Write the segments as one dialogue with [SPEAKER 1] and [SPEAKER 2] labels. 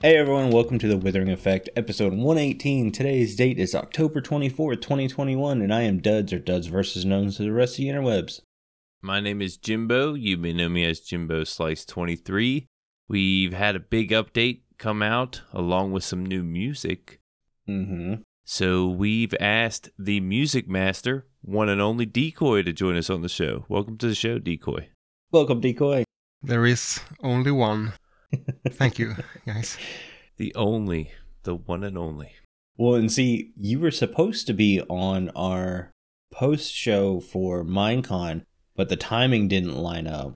[SPEAKER 1] Hey everyone, welcome to The Withering Effect, episode 118. Today's date is October 24th, 2021, and I am Duds, or Duds versus known to the rest of the interwebs.
[SPEAKER 2] My name is Jimbo. You may know me as Jimbo Slice 23. We've had a big update come out along with some new music.
[SPEAKER 1] Mm-hmm.
[SPEAKER 2] So we've asked the music master, one and only Decoy, to join us on the show. Welcome to the show, Decoy.
[SPEAKER 1] Welcome, Decoy.
[SPEAKER 3] There is only one. Thank you, guys.
[SPEAKER 2] The only, the one and only.
[SPEAKER 1] Well, and see, you were supposed to be on our post show for Minecon, but the timing didn't line up.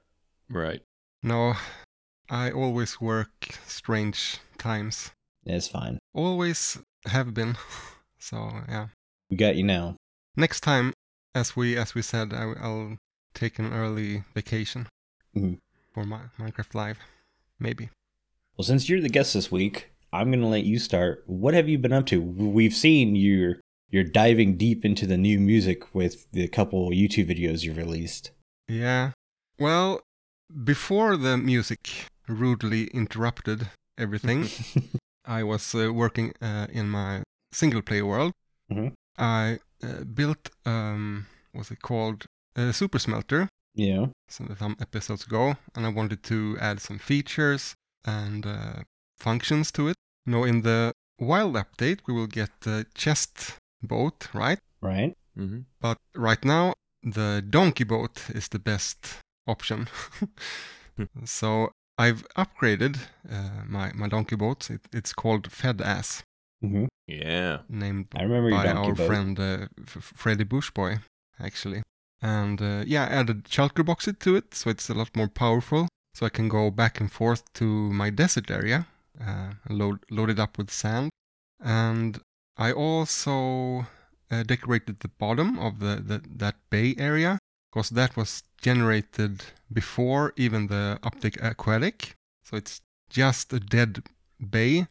[SPEAKER 2] Right.
[SPEAKER 3] No, I always work strange times.
[SPEAKER 1] It's fine.
[SPEAKER 3] Always have been. So yeah.
[SPEAKER 1] We got you now.
[SPEAKER 3] Next time, as we as we said, I, will take an early vacation
[SPEAKER 1] Mhm.
[SPEAKER 3] for my Minecraft Live, maybe.
[SPEAKER 1] Well, since you're the guest this week, I'm going to let you start. What have you been up to? We've seen you're you're diving deep into the new music with the couple YouTube videos you released.
[SPEAKER 3] Yeah. Well, before the music rudely interrupted everything, I was uh, working uh, in my single player world.
[SPEAKER 1] Mhm.
[SPEAKER 3] I uh, built um, what's it called a super smelter
[SPEAKER 1] yeah.
[SPEAKER 3] some, some episodes ago, and I wanted to add some features and uh, functions to it. Now in the wild update, we will get the chest boat, right?
[SPEAKER 1] Right?
[SPEAKER 2] Mm-hmm.
[SPEAKER 3] But right now, the donkey boat is the best option. so I've upgraded uh, my my donkey boat. It, it's called Fed Ass,
[SPEAKER 1] Mm-hmm.
[SPEAKER 2] Yeah.
[SPEAKER 3] named
[SPEAKER 1] I remember your
[SPEAKER 3] by
[SPEAKER 1] donkey
[SPEAKER 3] our
[SPEAKER 1] boat.
[SPEAKER 3] friend uh, F- Freddy Bushboy, actually. And uh, yeah, I added shulker boxes to it, so it's a lot more powerful. So I can go back and forth to my desert area, uh, and load load it up with sand, and I also uh, decorated the bottom of the, the that bay area because that was generated before even the optic aquatic, so it's just a dead bay.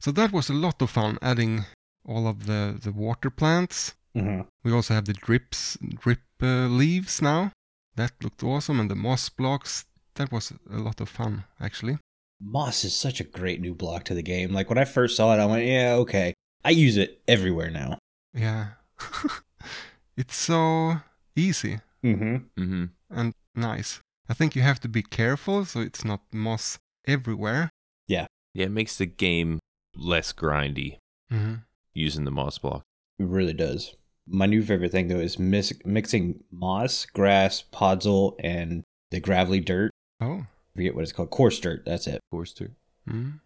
[SPEAKER 3] So that was a lot of fun adding all of the, the water plants.
[SPEAKER 1] hmm
[SPEAKER 3] We also have the drips, drip uh, leaves now. That looked awesome, and the moss blocks. That was a lot of fun, actually.
[SPEAKER 1] Moss is such a great new block to the game. Like when I first saw it, I went, "Yeah, okay." I use it everywhere now.
[SPEAKER 3] Yeah, it's so easy
[SPEAKER 1] Mm-hmm.
[SPEAKER 2] Mm-hmm.
[SPEAKER 3] and nice. I think you have to be careful, so it's not moss everywhere.
[SPEAKER 2] Yeah, it makes the game less grindy
[SPEAKER 3] Mm-hmm.
[SPEAKER 2] using the moss block.
[SPEAKER 1] It really does. My new favorite thing though is mis- mixing moss, grass, podzol, and the gravelly dirt.
[SPEAKER 3] Oh,
[SPEAKER 1] I forget what it's called. Coarse dirt. That's it.
[SPEAKER 2] Forster.
[SPEAKER 3] mm.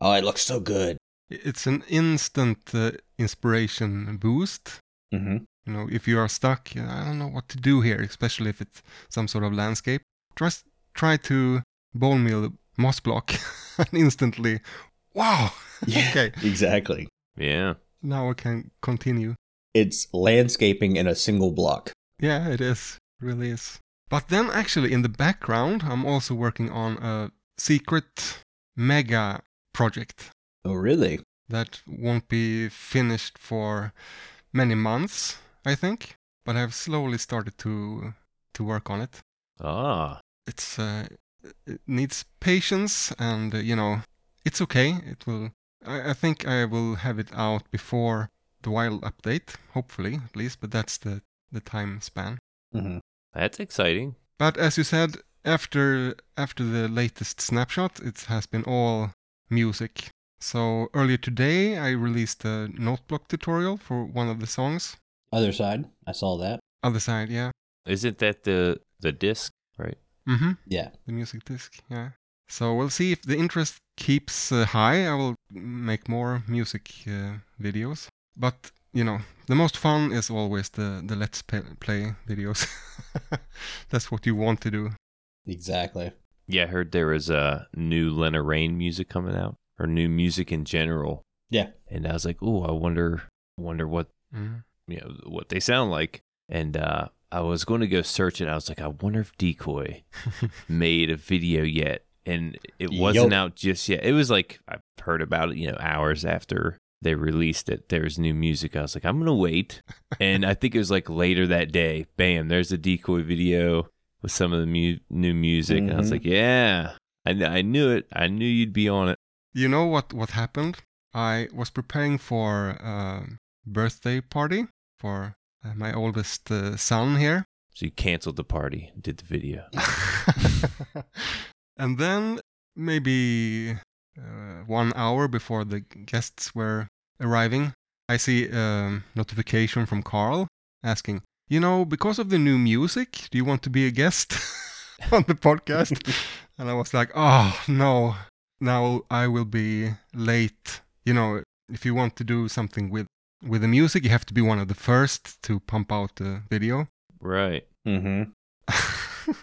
[SPEAKER 1] Oh, it looks so good.
[SPEAKER 3] it's an instant uh, inspiration boost.
[SPEAKER 1] Mm-hmm.
[SPEAKER 3] You know, if you are stuck, you know, I don't know what to do here, especially if it's some sort of landscape. Just try to bone meal the moss block and instantly, wow, okay,
[SPEAKER 1] exactly.
[SPEAKER 2] Yeah.
[SPEAKER 3] now I can continue.
[SPEAKER 1] It's landscaping in a single block.
[SPEAKER 3] Yeah, it is, really is. But then actually, in the background, I'm also working on a secret mega project
[SPEAKER 1] Oh, really?
[SPEAKER 3] that won't be finished for many months, I think. But I've slowly started to to work on it.
[SPEAKER 2] Ah.
[SPEAKER 3] it's uh, it needs patience and uh, you know it's okay it will I, I think i will have it out before the wild update hopefully at least but that's the the time span
[SPEAKER 1] Mm-hmm.
[SPEAKER 2] That's exciting.
[SPEAKER 3] but as you said after after the latest snapshot it has been all music so earlier today i released a noteblock tutorial for one of the songs
[SPEAKER 1] Other side. I saw that.
[SPEAKER 3] other side yeah
[SPEAKER 2] Isn't that the the disc? Right.
[SPEAKER 3] mm-hmm
[SPEAKER 1] Yeah.
[SPEAKER 3] the music disc. Yeah. So we'll see if the interest keeps uh, high. I will make more music uh, videos. But you know, the most fun is always the the let's play, play videos. That's what you want to do.
[SPEAKER 1] Exactly.
[SPEAKER 2] Yeah, I heard there was uh, new Lena Rain music coming out, or new music in general.
[SPEAKER 1] Yeah.
[SPEAKER 2] And I was like, oh, I wonder, wonder what
[SPEAKER 3] Mm.
[SPEAKER 2] you know what they sound like. And uh, I was going to go search it. I was like, I wonder if Decoy made a video yet, and it wasn't
[SPEAKER 1] Yup.
[SPEAKER 2] out just yet. It was like I've heard about it, you know, hours after they released it. There was new music. I was like, I'm gonna wait. and I think it was like later that day. Bam! There's a Decoy video with some of the mu- new music, and I was
[SPEAKER 1] Mhm.
[SPEAKER 2] like, yeah, I, kn- I knew it. I knew you'd be on it.
[SPEAKER 3] You know what what happened? I was preparing for a birthday party for uh, my oldest uh, son here.
[SPEAKER 2] So you canceled the party, did the video.
[SPEAKER 3] and then maybe uh, one hour before the guests were arriving, I see a notification from Carl asking, "You know, because of the new music, do you want to be a guest on the podcast?" and I was like, "Oh no, now I will be late." You know, if you want to do something with with the music, you have to be one of the first to pump out the video.
[SPEAKER 2] Right.
[SPEAKER 1] Mm-hmm.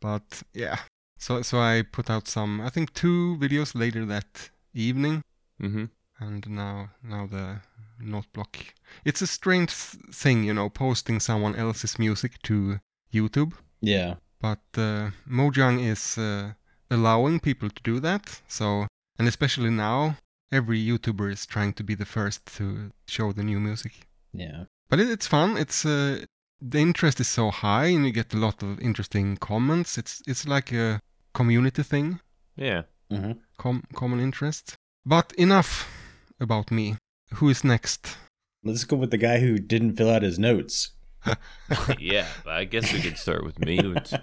[SPEAKER 3] but yeah, so so I put out some, I think two videos later that evening,
[SPEAKER 2] Mm-hmm.
[SPEAKER 3] and now now the note block. It's a strange th- thing, you know, posting someone else's music to YouTube.
[SPEAKER 1] Yeah.
[SPEAKER 3] But uh, Mojang is uh, allowing people to do that. So, and especially now, every YouTuber is trying to be the first to show the new music.
[SPEAKER 1] Yeah.
[SPEAKER 3] But it, it's fun. It's uh, the interest is so high, and you get a lot of interesting comments. It's it's like a community thing,
[SPEAKER 2] Yeah.
[SPEAKER 1] Mm-hmm.
[SPEAKER 3] com- common interest. But enough about me. Who is next?
[SPEAKER 1] Let's go with the guy who didn't fill out his notes.
[SPEAKER 2] yeah. I guess we could start with me. which-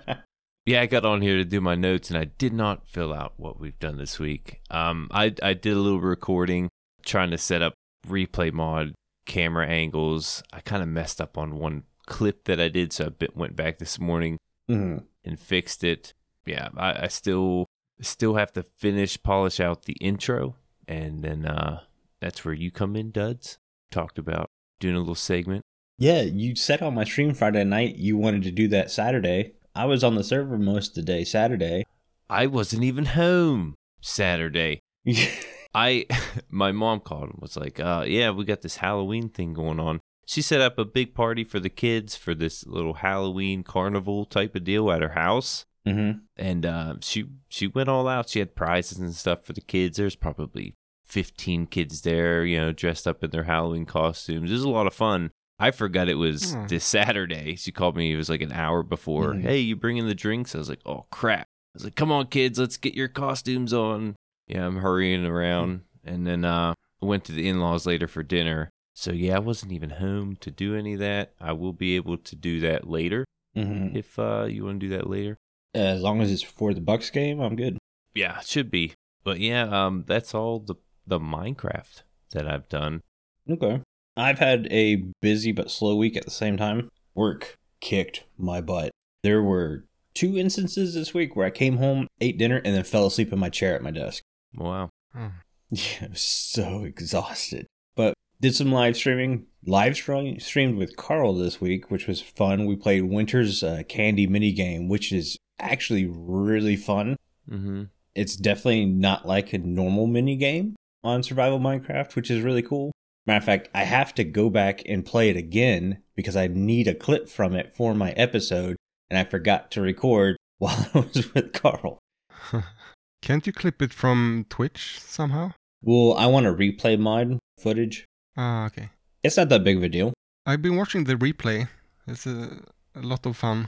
[SPEAKER 2] yeah, I got on here to do my notes and I did not fill out what we've done this week. Um, I, I did a little recording trying to set up replay mod camera angles. I kind of messed up on one clip that I did, so I bit, went back this morning
[SPEAKER 1] hmm
[SPEAKER 2] and fixed it. Yeah, I, I still still have to finish polish out the intro, and then uh, that's where you come in, duds. Talked about doing a little segment.
[SPEAKER 1] Yeah, you said on my stream Friday night you wanted to do that Saturday. I was on the server most of the day Saturday.
[SPEAKER 2] I wasn't even home Saturday.
[SPEAKER 1] Mm-hmm.
[SPEAKER 2] I my mom called and was like, uh, "Yeah, we got this Halloween thing going on." She set up a big party for the kids for this little Halloween carnival type of deal at her house.
[SPEAKER 1] mm-hmm.
[SPEAKER 2] and uh, she she went all out. She had prizes and stuff for the kids. There's probably 15 kids there, you know, dressed up in their Halloween costumes. It was a lot of fun. I forgot it was
[SPEAKER 3] Hmm.
[SPEAKER 2] this Saturday. She called me. It was like an hour before.
[SPEAKER 1] Mhm.
[SPEAKER 2] Hey, you bringing the drinks? I was like, oh crap. I was like, come on, kids, let's get your costumes on. Yeah, I'm hurrying around, and then uh, went to the in-laws later for dinner. So yeah, I wasn't even home to do any of that. I will be able to do that later
[SPEAKER 1] Mm-hmm.
[SPEAKER 2] if uh, you want to do that later.
[SPEAKER 1] As long as it's before the Bucks game, I'm good.
[SPEAKER 2] Yeah, it should be. But yeah, um, that's all the the Minecraft that I've done.
[SPEAKER 1] Okay. I've had a busy but slow week at the same time. Work kicked my butt. There were two instances this week where I came home, ate dinner, and then fell asleep in my chair at my desk.
[SPEAKER 2] Wow.
[SPEAKER 3] Oh,
[SPEAKER 1] Yeah, I was so exhausted. But did some live streaming. Live stream- streamed with Carl this week, which was fun. We played Winter's uh, Candy mini game, which is actually really fun.
[SPEAKER 2] Mm-hmm.
[SPEAKER 1] It's definitely not like a normal mini game on Survival Minecraft, which is really cool. Matter of fact, I have to go back and play it again because I need a clip from it for my episode, and I forgot to record while I was with Carl.
[SPEAKER 3] Can't you clip it from Twitch somehow?
[SPEAKER 1] Well, I want to replay mod footage.
[SPEAKER 3] Ah, okay.
[SPEAKER 1] It's not that big of a deal.
[SPEAKER 3] I've been watching the replay. It's a, a lot of fun.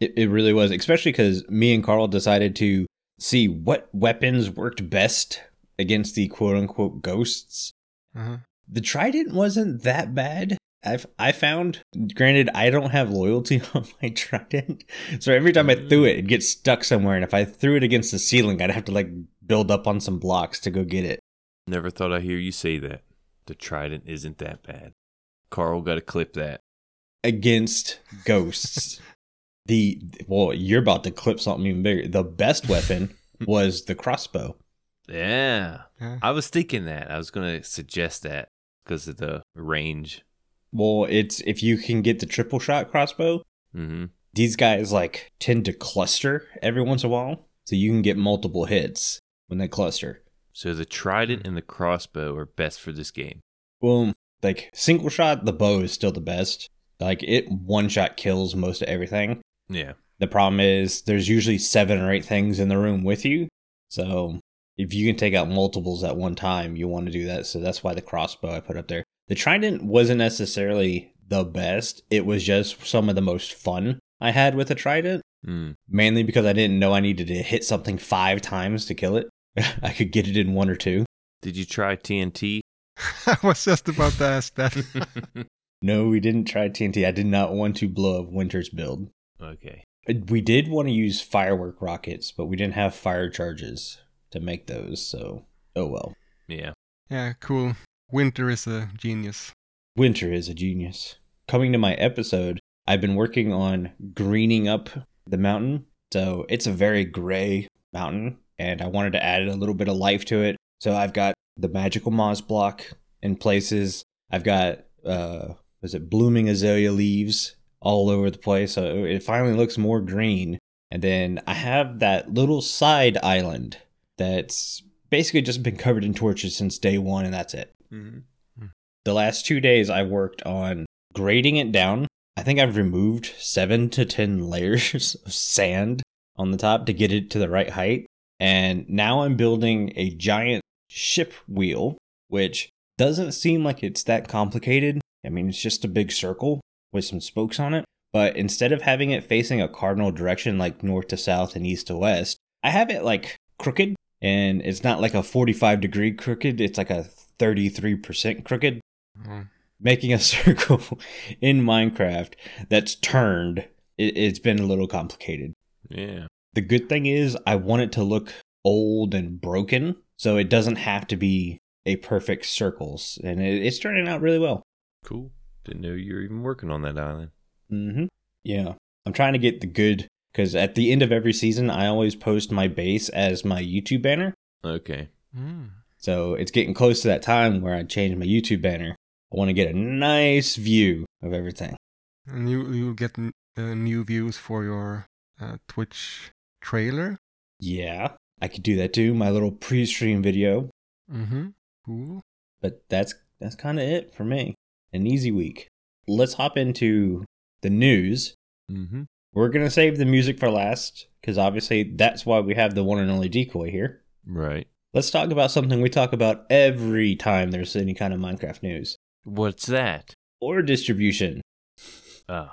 [SPEAKER 1] It, it really was, especially because me and Carl decided to see what weapons worked best against the quote unquote ghosts.
[SPEAKER 3] Uh-huh.
[SPEAKER 1] The trident wasn't that bad. I've I found. Granted, I don't have loyalty on my trident, so every time I threw it, it gets stuck somewhere. And if I threw it against the ceiling, I'd have to like build up on some blocks to go get it.
[SPEAKER 2] Never thought I'd hear you say that. The Trident isn't that bad. Carl got to clip that.
[SPEAKER 1] Against ghosts, the well, you're about to clip something even bigger. The best weapon was the crossbow.
[SPEAKER 2] Yeah.
[SPEAKER 3] Yeah.
[SPEAKER 2] I was thinking that. I was gonna suggest that because of the range.
[SPEAKER 1] Well, it's if you can get the triple shot crossbow,
[SPEAKER 2] Mm-hmm.
[SPEAKER 1] these guys like tend to cluster every once in a while, so you can get multiple hits when they cluster.
[SPEAKER 2] So the Trident and the crossbow are best for this game.
[SPEAKER 1] Well, like single shot, the bow is still the best. Like it one shot kills most of everything.
[SPEAKER 2] Yeah.
[SPEAKER 1] The problem is there's usually seven or eight things in the room with you. So if you can take out multiples at one time, you want to do that. So that's why the crossbow I put up there. The trident wasn't necessarily the best. It was just some of the most fun I had with the trident,
[SPEAKER 2] Mm.
[SPEAKER 1] mainly because I didn't know I needed to hit something five times to kill it. I could get it in one or two.
[SPEAKER 2] Did you try TNT?
[SPEAKER 3] I was just about to ask that.
[SPEAKER 1] No, we didn't try TNT. I did not want to blow up Winter's build.
[SPEAKER 2] okay.
[SPEAKER 1] We did want to use firework rockets, but we didn't have fire charges to make those, so oh well.
[SPEAKER 2] Yeah.
[SPEAKER 3] yeah, cool. Winter is a genius.
[SPEAKER 1] Winter is a genius. Coming to my episode, I've been working on greening up the mountain. So it's a very gray mountain, and I wanted to add a little bit of life to it. So I've got the magical Moz block in places. I've got, uh, was it blooming azalea leaves all over the place. So it finally looks more green. And then I have that little side island that's basically just been covered in torches since day one, and that's it the last two days I worked on grading it down. I think I've removed seven to 10 layers of sand on the top to get it to the right height. And now I'm building a giant ship wheel, which doesn't seem like it's that complicated. I mean, it's just a big circle with some spokes on it. But instead of having it facing a cardinal direction like north to south and east to west, I have it like crooked. And it's not like a 45 degree crooked, it's like a 33% crooked
[SPEAKER 3] Mm.
[SPEAKER 1] making a circle in Minecraft that's turned, it, it's been a little complicated.
[SPEAKER 2] Yeah.
[SPEAKER 1] The good thing is, I want it to look old and broken, so it doesn't have to be a perfect circles, and it, it's turning out really well.
[SPEAKER 2] Cool. Didn't know you were even working on that island.
[SPEAKER 1] Mm-hmm. Yeah, I'm trying to get the good because at the end of every season, I always post my base as my YouTube banner.
[SPEAKER 2] Okay.
[SPEAKER 3] Mm.
[SPEAKER 1] So it's getting close to that time where I change my YouTube banner. I want to get a nice view of everything.
[SPEAKER 3] And you you get n- uh, new views for your uh, Twitch trailer.
[SPEAKER 1] Yeah, I could do that too. My little pre-stream video,
[SPEAKER 3] Mm-hmm. Cool.
[SPEAKER 1] but that's that's kind of it for me. An easy week. Let's hop into the news.
[SPEAKER 2] Mm-hmm.
[SPEAKER 1] We're gonna save the music for last because obviously that's why we have the one and only decoy here.
[SPEAKER 2] Right.
[SPEAKER 1] Let's talk about something we talk about every time there's any kind of Minecraft news
[SPEAKER 2] What's that?
[SPEAKER 1] or distribution.
[SPEAKER 2] Oh.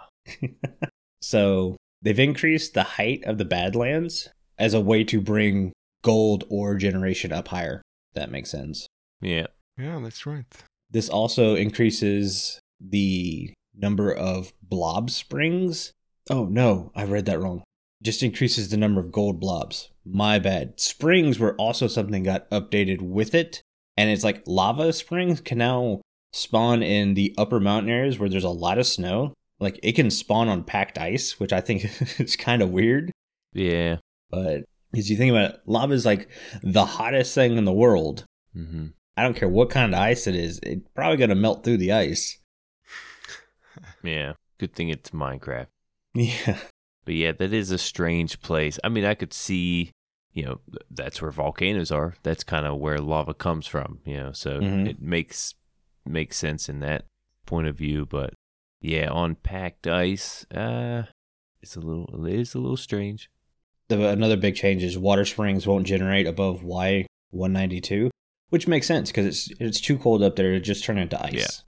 [SPEAKER 1] So they've increased the height of the Badlands as a way to bring gold ore generation up higher. That makes sense.
[SPEAKER 2] Yeah.
[SPEAKER 3] Yeah, that's right.
[SPEAKER 1] This also increases the number of blob springs. Oh no, I read that wrong. Just increases the number of gold blobs. My bad. Springs were also something got updated with it, and it's like lava springs can now spawn in the upper mountain areas where there's a lot of snow. Like it can spawn on packed ice, which I think is kind of weird.
[SPEAKER 2] Yeah.
[SPEAKER 1] But as you think about it, lava is like the hottest thing in the world.
[SPEAKER 2] Mm-hmm.
[SPEAKER 1] I don't care what kind of ice it is, it's probably gonna melt through the ice.
[SPEAKER 2] Yeah. Good thing it's Minecraft.
[SPEAKER 1] Yeah.
[SPEAKER 2] But yeah, that is a strange place. I mean, I could see, you know, th- that's where volcanoes are. That's kind of where lava comes from, you know. So
[SPEAKER 1] Mhm.
[SPEAKER 2] it makes makes sense in that point of view, but yeah, on packed ice, uh it's a little it is a little strange.
[SPEAKER 1] The, another big change is water springs won't generate above Y one ninety two, which makes sense because it's it's too cold up there to just turn into ice.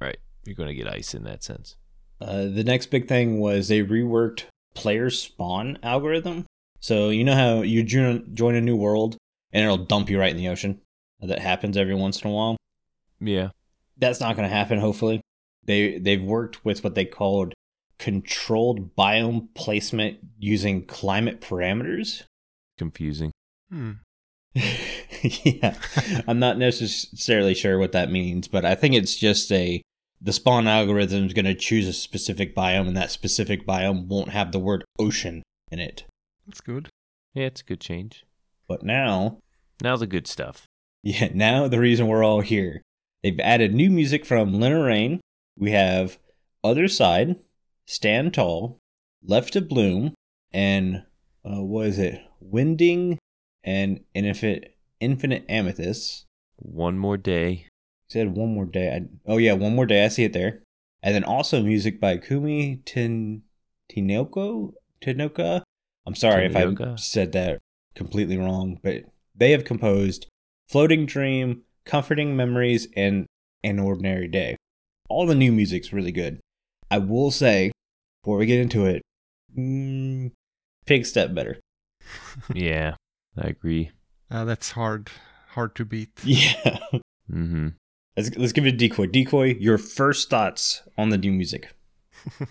[SPEAKER 2] Right. You're going to get ice in that sense.
[SPEAKER 1] Uh, the next big thing was they reworked player spawn algorithm. So you know how you join join a new world and it'll dump you right in the ocean. That happens every once in a while.
[SPEAKER 2] Yeah.
[SPEAKER 1] that's not going to happen hopefully they they've worked with what they called controlled biome placement using climate parameters
[SPEAKER 2] Confusing.
[SPEAKER 3] Hmm.
[SPEAKER 1] yeah i'm not necessarily sure what that means but i think it's just a the spawn algorithm is going to choose a specific biome and that specific biome won't have the word ocean in it
[SPEAKER 3] That's good.
[SPEAKER 2] Yeah, it's a good change.
[SPEAKER 1] but now
[SPEAKER 2] Now the good stuff.
[SPEAKER 1] Yeah, now the reason we're all here. They've added new music from Leonard Rain. We have Other Side, Stand Tall, Left to Bloom, and uh, what is it? Winding and Infinite, Infinite Amethyst.
[SPEAKER 2] One more day.
[SPEAKER 1] It said One More Day. I, oh, yeah, One More Day. I see it there. And then also music by Kumi Tin, Tinoko? Tinoka? I'm sorry if I
[SPEAKER 2] Tinoka.
[SPEAKER 1] said that completely wrong, but they have composed Floating Dream, Comforting Memories, and An Ordinary Day. All the new music's really good. I will say, before we get into it, mm, Pig Step better.
[SPEAKER 2] yeah. I agree.
[SPEAKER 3] Uh, that's hard, hard to beat.
[SPEAKER 1] Yeah.
[SPEAKER 2] Mm-hmm.
[SPEAKER 1] Let's, let's give it a decoy. Decoy, your first thoughts on the new music.
[SPEAKER 3] Uh,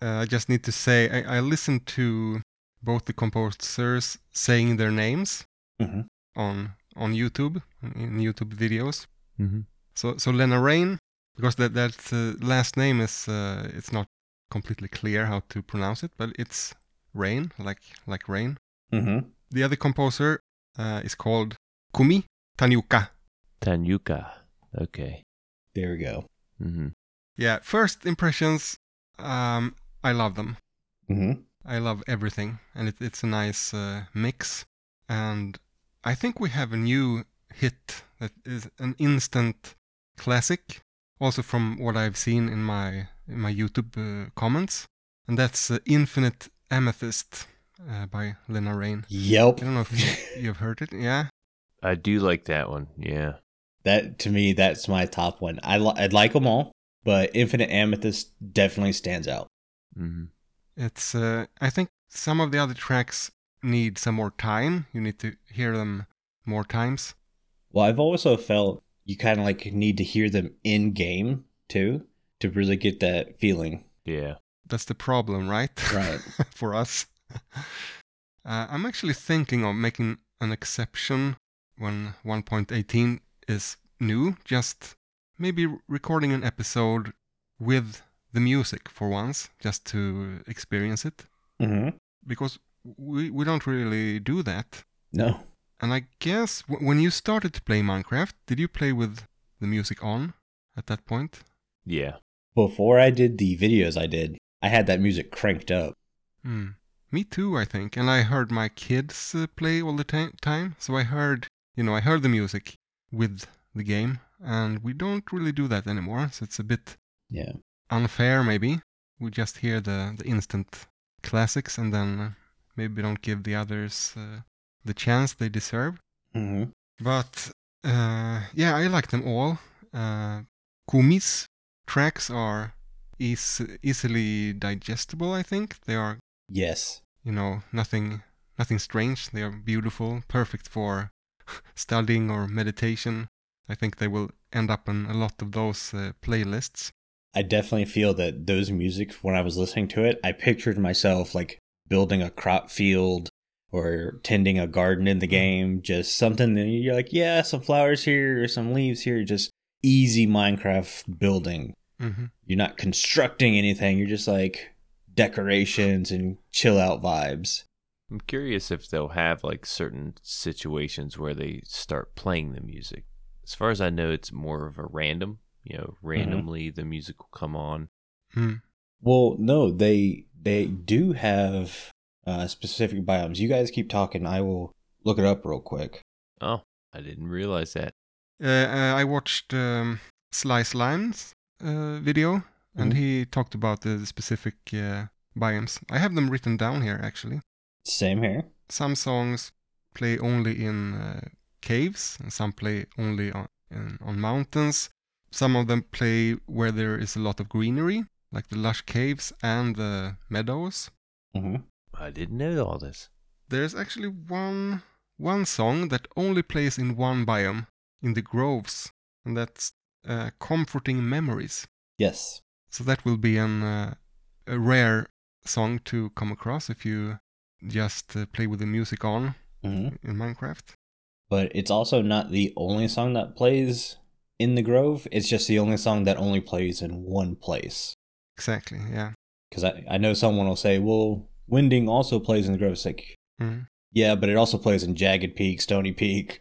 [SPEAKER 3] I just need to say I, I listened to both the composers saying their names
[SPEAKER 1] Mhm.
[SPEAKER 3] on on YouTube in YouTube videos.
[SPEAKER 2] Mm-hmm.
[SPEAKER 3] So so Lena Rain because that that uh, last name is uh, it's not completely clear how to pronounce it, but it's Rain like like rain.
[SPEAKER 1] Mm-hmm.
[SPEAKER 3] The other composer uh, is called Kumi Taniuka.
[SPEAKER 2] Tanyuka. Okay.
[SPEAKER 1] There we go.
[SPEAKER 2] Mm-hmm.
[SPEAKER 3] Yeah, first impressions. Um, I love them.
[SPEAKER 1] Mm-hmm.
[SPEAKER 3] I love everything, and it, it's a nice uh, mix. And I think we have a new hit that is an instant classic, also from what I've seen in my in my YouTube uh, comments, and that's uh, "Infinite Amethyst" uh, by Lena Rain.
[SPEAKER 1] Yelp.
[SPEAKER 3] I don't know if you've heard it. Yeah,
[SPEAKER 2] I do like that one. Yeah.
[SPEAKER 1] That to me, that's my top one. I li- I'd like them all, but Infinite Amethyst definitely stands out.
[SPEAKER 2] Mm-hmm.
[SPEAKER 3] it's. Uh, I think some of the other tracks need some more time. You need to hear them more times.
[SPEAKER 1] Well, I've also felt you kind of like need to hear them in game too to really get that feeling.
[SPEAKER 2] Yeah.
[SPEAKER 3] That's the problem, right?
[SPEAKER 1] Right.
[SPEAKER 3] for us. Uh, I'm actually thinking of making an exception when 1.18 is new, just maybe r- recording an episode with the music for once, just to experience it,
[SPEAKER 1] mm-hmm.
[SPEAKER 3] because we, we don't really do that.
[SPEAKER 1] No.
[SPEAKER 3] And I guess w- when you started to play Minecraft, did you play with the music on at that point?
[SPEAKER 2] Yeah.
[SPEAKER 1] Before I did the videos I did, I had that music cranked up.
[SPEAKER 3] Hmm. Me too, I think. And I heard my kids uh, play all the ti- time, so I heard, you know, I heard the music with the game, and we don't really do that anymore. So it's a bit
[SPEAKER 1] Yeah.
[SPEAKER 3] unfair, maybe. We just hear the the instant classics, and then uh, maybe don't give the others uh, the chance they deserve.
[SPEAKER 1] Mm-hmm.
[SPEAKER 3] But uh, yeah, I like them all. Uh, Kumi's tracks are eas easily digestible. I think they are
[SPEAKER 1] Yes.
[SPEAKER 3] you know nothing nothing strange they are beautiful perfect for studying or meditation i think they will end up on a lot of those uh, playlists
[SPEAKER 1] I definitely feel that those music when I was listening to it, I pictured myself like building a crop field or tending a garden in the game, just something that you're like, yeah, some flowers here or some leaves here, just easy Minecraft building.
[SPEAKER 3] mm-hmm.
[SPEAKER 1] You're not constructing anything, you're just like decorations and chill out vibes.
[SPEAKER 2] I'm curious if they'll have like certain situations where they start playing the music. As far as I know, it's more of a random, you know, randomly the music will come on.
[SPEAKER 3] Mm.
[SPEAKER 1] Well, no, they they do have uh, specific biomes. You guys keep talking, I will look it up real quick.
[SPEAKER 2] Oh, I didn't realize that.
[SPEAKER 3] uh, uh, i watched um, sly slime's uh, video and
[SPEAKER 1] Mhm.
[SPEAKER 3] he talked about the specific uh, biomes i have them written down here actually
[SPEAKER 1] Same here.
[SPEAKER 3] some songs play only in uh, caves and some play only on, in, on mountains some of them play where there is a lot of greenery like the lush caves and the meadows
[SPEAKER 1] hmm
[SPEAKER 2] I didn't know all this.
[SPEAKER 3] there's actually one one song that only plays in one biome in the groves and that's uh, comforting memories
[SPEAKER 1] Yes.
[SPEAKER 3] so that will be an uh, a rare song to come across if you just uh, play with the music on
[SPEAKER 1] hmm
[SPEAKER 3] in minecraft
[SPEAKER 1] But it's also not the only song that plays in the Grove. It's just the only song that only plays in one place.
[SPEAKER 3] Exactly, yeah.
[SPEAKER 1] Because I, I know someone will say, well, Winding also plays in the Grove. It's like,
[SPEAKER 3] Mhm.
[SPEAKER 1] yeah, but it also plays in Jagged Peak, Stony Peak,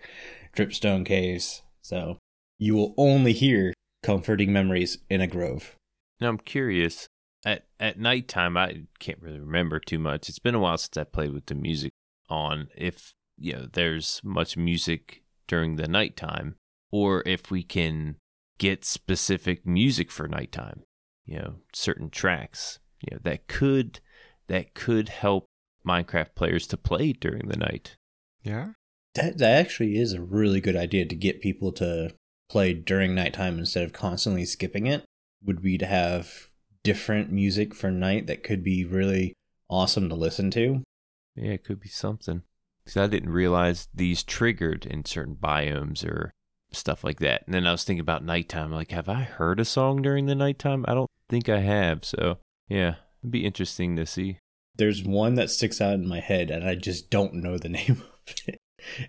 [SPEAKER 1] Dripstone Caves. So you will only hear comforting memories in a Grove.
[SPEAKER 2] Now I'm curious. At at nighttime, I can't really remember too much. It's been a while since I played with the music on. If you know, there's much music during the nighttime, or if we can get specific music for nighttime. You know, certain tracks. You know that could that could help Minecraft players to play during the night.
[SPEAKER 3] Yeah.
[SPEAKER 1] That, that actually is a really good idea to get people to play during nighttime instead of constantly skipping it would be to have different music for night that could be really awesome to listen to
[SPEAKER 2] Yeah, it could be something. because I didn't realize these triggered in certain biomes or stuff like that. And then I was thinking about nighttime. Like, have I heard a song during the nighttime? I don't think I have. So, yeah, it'd be interesting to see.
[SPEAKER 1] There's one that sticks out in my head, and I just don't know the name of it.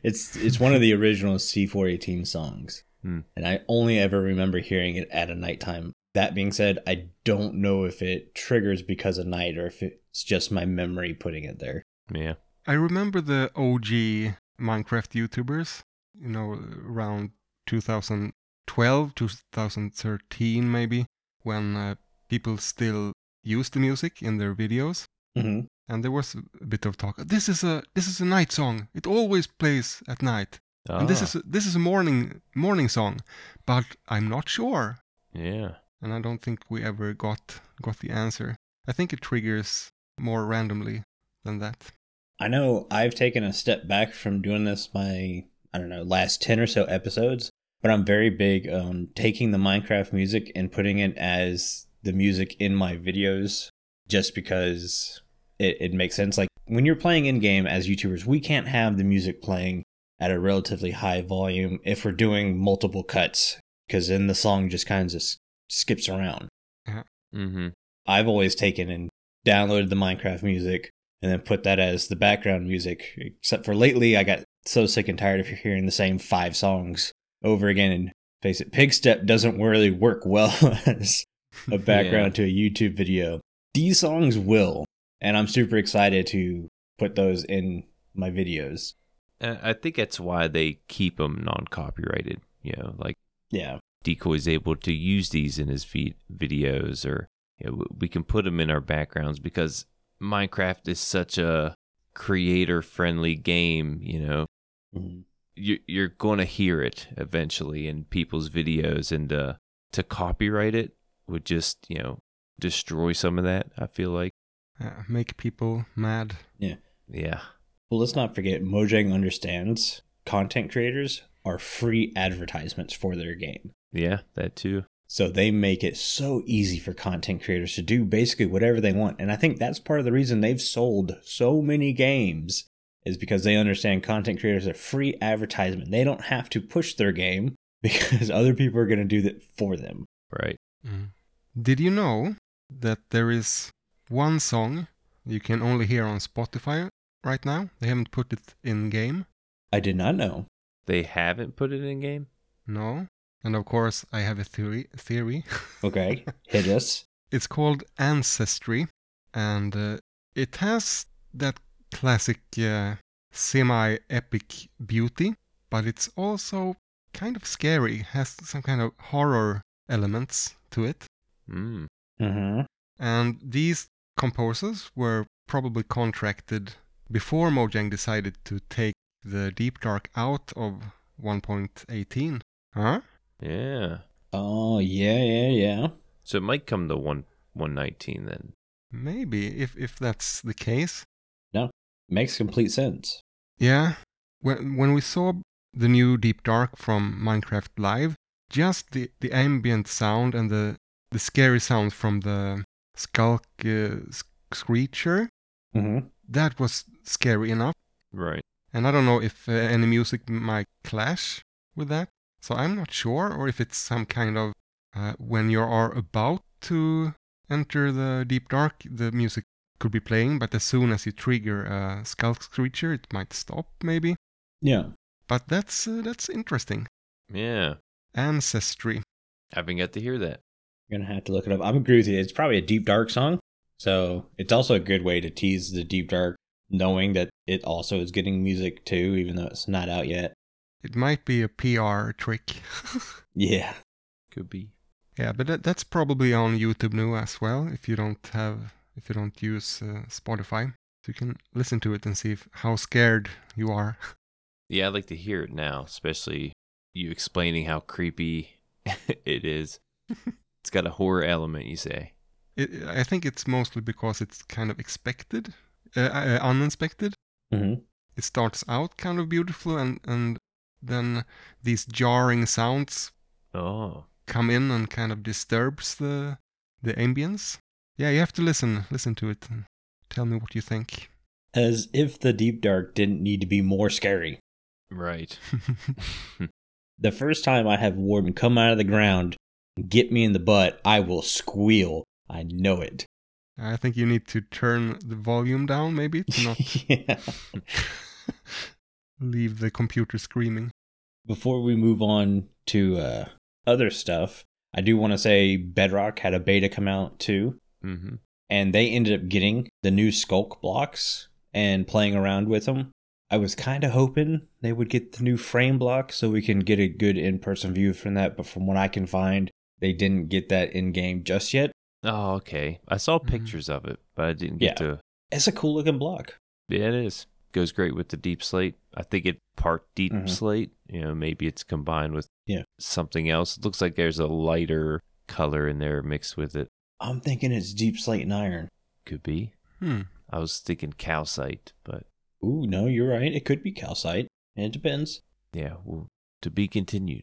[SPEAKER 1] It's it's one of the original C418 songs,
[SPEAKER 2] Hmm.
[SPEAKER 1] and I only ever remember hearing it at a nighttime. That being said, I don't know if it triggers because of night or if it's just my memory putting it there.
[SPEAKER 2] Yeah.
[SPEAKER 3] I remember the OG Minecraft YouTubers, you know, around 2012, 2013 maybe, when uh, people still used the music in their videos.
[SPEAKER 1] Mm-hmm.
[SPEAKER 3] And there was a bit of talk. This is a this is a night song. It always plays at night. And this
[SPEAKER 2] Ah,
[SPEAKER 3] is a, this is a morning morning song, but I'm not sure.
[SPEAKER 2] yeah.
[SPEAKER 3] And I don't think we ever got got the answer. I think it triggers more randomly than that.
[SPEAKER 1] I know I've taken a step back from doing this my I don't know last 10 or so episodes, but I'm very big on taking the Minecraft music and putting it as the music in my videos just because it, it makes sense. Like when you're playing in game as YouTubers, we can't have the music playing at a relatively high volume if we're doing multiple cuts because then the song just kind of skips around.
[SPEAKER 2] Mm-hmm.
[SPEAKER 1] I've always taken and downloaded the Minecraft music and then put that as the background music. Except for lately, I got so sick and tired of hearing the same five songs over again. And face it, Pig Step doesn't really work well as a background to a YouTube video. These songs will, and I'm super excited to put those in my videos.
[SPEAKER 2] Uh, I think that's why they keep them non-copyrighted. You know, like
[SPEAKER 1] Yeah.
[SPEAKER 2] Decoy's able to use these in his vi- videos, or you know, w- we can put them in our backgrounds because Minecraft is such a creator-friendly game. You know,
[SPEAKER 1] Mhm.
[SPEAKER 2] you, you're going to hear it eventually in people's videos, and uh, to copyright it would just you know destroy some of that. I feel like,
[SPEAKER 3] Uh, make people mad.
[SPEAKER 2] yeah,
[SPEAKER 1] Well, let's not forget Mojang understands content creators are free advertisements for their game.
[SPEAKER 2] yeah, that too.
[SPEAKER 1] So they make it so easy for content creators to do basically whatever they want. And I think that's part of the reason they've sold so many games is because they understand content creators are free advertisement. They don't have to push their game because other people are going to do that for them.
[SPEAKER 2] Right?
[SPEAKER 3] Did you know that there is one song you can only hear on Spotify right now? They haven't put it in game.
[SPEAKER 1] I did not know.
[SPEAKER 2] They haven't put it in game.
[SPEAKER 3] No. And of course, I have a theory. Theory.
[SPEAKER 1] Okay. Hit us.
[SPEAKER 3] It's called Ancestry, and uh, it has that classic uh, semi epic beauty, but it's also kind of scary, has some kind of horror elements to it.
[SPEAKER 2] Mm.
[SPEAKER 1] Mm-hmm.
[SPEAKER 3] And these composers were probably contracted before Mojang decided to take the Deep Dark out of 1.18. Huh?
[SPEAKER 2] Yeah.
[SPEAKER 1] Oh, yeah, yeah, yeah.
[SPEAKER 2] So it might come to one one nineteen then.
[SPEAKER 3] Maybe, if, if that's the case.
[SPEAKER 1] Makes complete sense.
[SPEAKER 3] Yeah. When when we saw the new Deep Dark from Minecraft Live, just the, the ambient sound and the the scary sound from the skulk uh, s- screecher,
[SPEAKER 1] Mm-hmm.
[SPEAKER 3] that was scary enough.
[SPEAKER 2] Right.
[SPEAKER 3] And I don't know if uh, any music might clash with that. So I'm not sure, or if it's some kind of uh, when you are about to enter the Deep Dark, the music could be playing, but as soon as you trigger a skulk screecher, it might stop maybe.
[SPEAKER 1] Yeah.
[SPEAKER 3] But that's uh, that's interesting.
[SPEAKER 2] Yeah.
[SPEAKER 3] Ancestry.
[SPEAKER 2] I haven't got to hear that.
[SPEAKER 1] Gonna have to look it up. I'm agree with you. It's probably a deep dark song, so it's also a good way to tease the deep dark, knowing that it also is getting music too, even though it's not out yet.
[SPEAKER 3] It might be a PR trick.
[SPEAKER 1] Yeah,
[SPEAKER 2] Could be.
[SPEAKER 3] yeah, but that, that's probably on YouTube now as well. If you don't have, if you don't use uh, Spotify, so you can listen to it and see if, how scared you are.
[SPEAKER 2] Yeah, I'd like to hear it now, especially you explaining how creepy it is. it's got a horror element, you say.
[SPEAKER 3] It, I think it's mostly because it's kind of expected, uh, uh, unexpected.
[SPEAKER 1] mm-hmm.
[SPEAKER 3] It starts out kind of beautiful, and and then these jarring sounds
[SPEAKER 2] Oh.
[SPEAKER 3] come in and kind of disturbs the the ambience. Yeah, you have to listen listen to it and tell me what you think.
[SPEAKER 1] As if the deep dark didn't need to be more scary.
[SPEAKER 2] Right.
[SPEAKER 1] The first time I have Warden come out of the ground and get me in the butt, I will squeal. I know it.
[SPEAKER 3] I think you need to turn the volume down, maybe, to not
[SPEAKER 1] yeah.
[SPEAKER 3] leave the computer screaming.
[SPEAKER 1] Before we move on to uh, other stuff, I do want to say Bedrock had a beta come out too.
[SPEAKER 2] hmm
[SPEAKER 1] and they ended up getting the new Skulk blocks and playing around with them. I was kind of hoping they would get the new frame block so we can get a good in person view from that, but from what I can find, they didn't get that in game just yet.
[SPEAKER 2] Oh, okay. I saw
[SPEAKER 3] Mhm.
[SPEAKER 2] pictures of it, but I didn't get
[SPEAKER 1] Yeah.
[SPEAKER 2] to.
[SPEAKER 1] It's a cool looking block.
[SPEAKER 2] Yeah, it is. Goes great with the deep slate. I think it part deep
[SPEAKER 1] Mhm.
[SPEAKER 2] slate. You know, maybe it's combined with
[SPEAKER 1] Yeah.
[SPEAKER 2] something else. It looks like there's a lighter color in there mixed with it.
[SPEAKER 1] I'm thinking it's deep slate and iron.
[SPEAKER 2] Could be.
[SPEAKER 3] Hmm.
[SPEAKER 2] I was thinking calcite, but
[SPEAKER 1] Ooh, no, you're right. It could be calcite. It depends.
[SPEAKER 2] yeah, well, to be continued.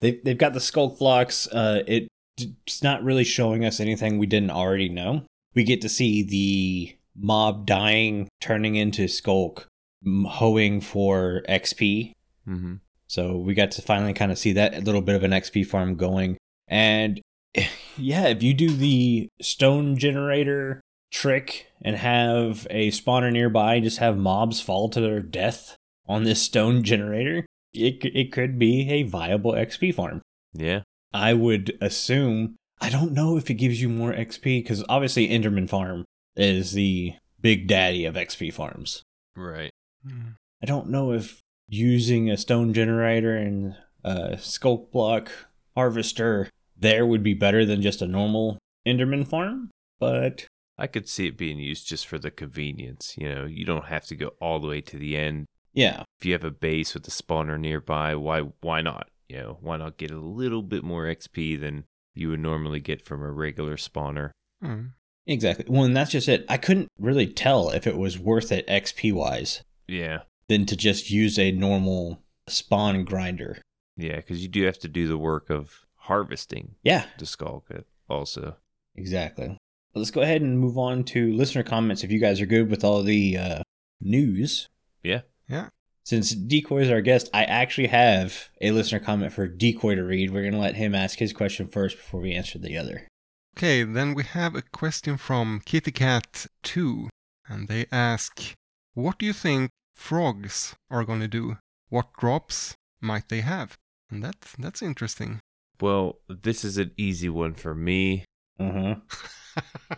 [SPEAKER 1] They've they've got the skulk blocks. Uh, it it's not really showing us anything we didn't already know. We get to see the mob dying, turning into skulk, m- hoeing for XP.
[SPEAKER 2] hmm
[SPEAKER 1] So we got to finally kind of see that little bit of an XP farm going. And yeah, if you do the stone generator trick and have a spawner nearby, just have mobs fall to their death on this stone generator, it c- it could be a viable XP farm.
[SPEAKER 2] Yeah.
[SPEAKER 1] I would assume. I don't know if it gives you more XP because obviously Enderman Farm is the big daddy of XP farms.
[SPEAKER 2] Right.
[SPEAKER 3] Hmm.
[SPEAKER 1] I don't know if using a stone generator and a skulk block harvester there would be better than just a normal Enderman farm, but
[SPEAKER 2] I could see it being used just for the convenience. You know, you don't have to go all the way to the end.
[SPEAKER 1] yeah,
[SPEAKER 2] If you have a base with a spawner nearby, why why not? You know, why not get a little bit more XP than you would normally get from a regular spawner?
[SPEAKER 3] Hmm.
[SPEAKER 1] exactly. Well, and that's just it. I couldn't really tell if it was worth it XP wise
[SPEAKER 2] Yeah.
[SPEAKER 1] than to just use a normal spawn grinder.
[SPEAKER 2] Yeah, because you do have to do the work of harvesting
[SPEAKER 1] Yeah,
[SPEAKER 2] the skull gut also.
[SPEAKER 1] Exactly. Let's go ahead and move on to listener comments if you guys are good with all the uh, news.
[SPEAKER 2] Yeah.
[SPEAKER 3] Yeah.
[SPEAKER 1] Since Decoy is our guest, I actually have a listener comment for Decoy to read. We're going to let him ask his question first before we answer the other.
[SPEAKER 3] Okay, then we have a question from Kitty Cat 2, and they ask, What do you think frogs are going to do? What crops might they have? And that's, that's interesting.
[SPEAKER 2] Well, this is an easy one for me.
[SPEAKER 1] Uh-huh.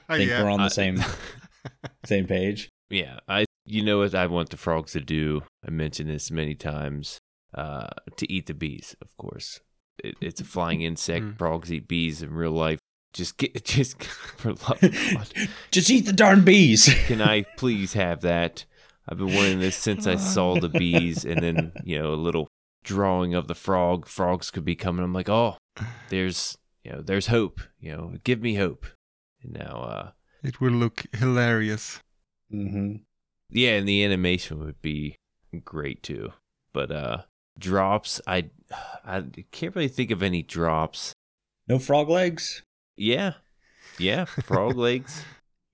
[SPEAKER 1] I think
[SPEAKER 3] Oh, yeah.
[SPEAKER 1] we're on the
[SPEAKER 2] I-
[SPEAKER 1] same same page.
[SPEAKER 2] Yeah, I you know what I want the frogs to do. I mentioned this many times. Uh, to eat the bees, of course. It, it's a flying
[SPEAKER 3] Mm.
[SPEAKER 2] insect. frogs eat bees in real life. Just get just for love of God,
[SPEAKER 1] Just eat the darn bees.
[SPEAKER 2] can I please have that? I've been wanting this since I saw the bees, and then you know a little drawing of the frog. Frogs could be coming. I'm like, oh, there's you know there's hope. You know, give me hope. And now, uh,
[SPEAKER 3] It will look hilarious.
[SPEAKER 1] mm-hmm.
[SPEAKER 2] Yeah, and the animation would be great too. But uh drops, I I can't really think of any drops.
[SPEAKER 1] No frog legs?
[SPEAKER 2] Yeah. Yeah, frog legs.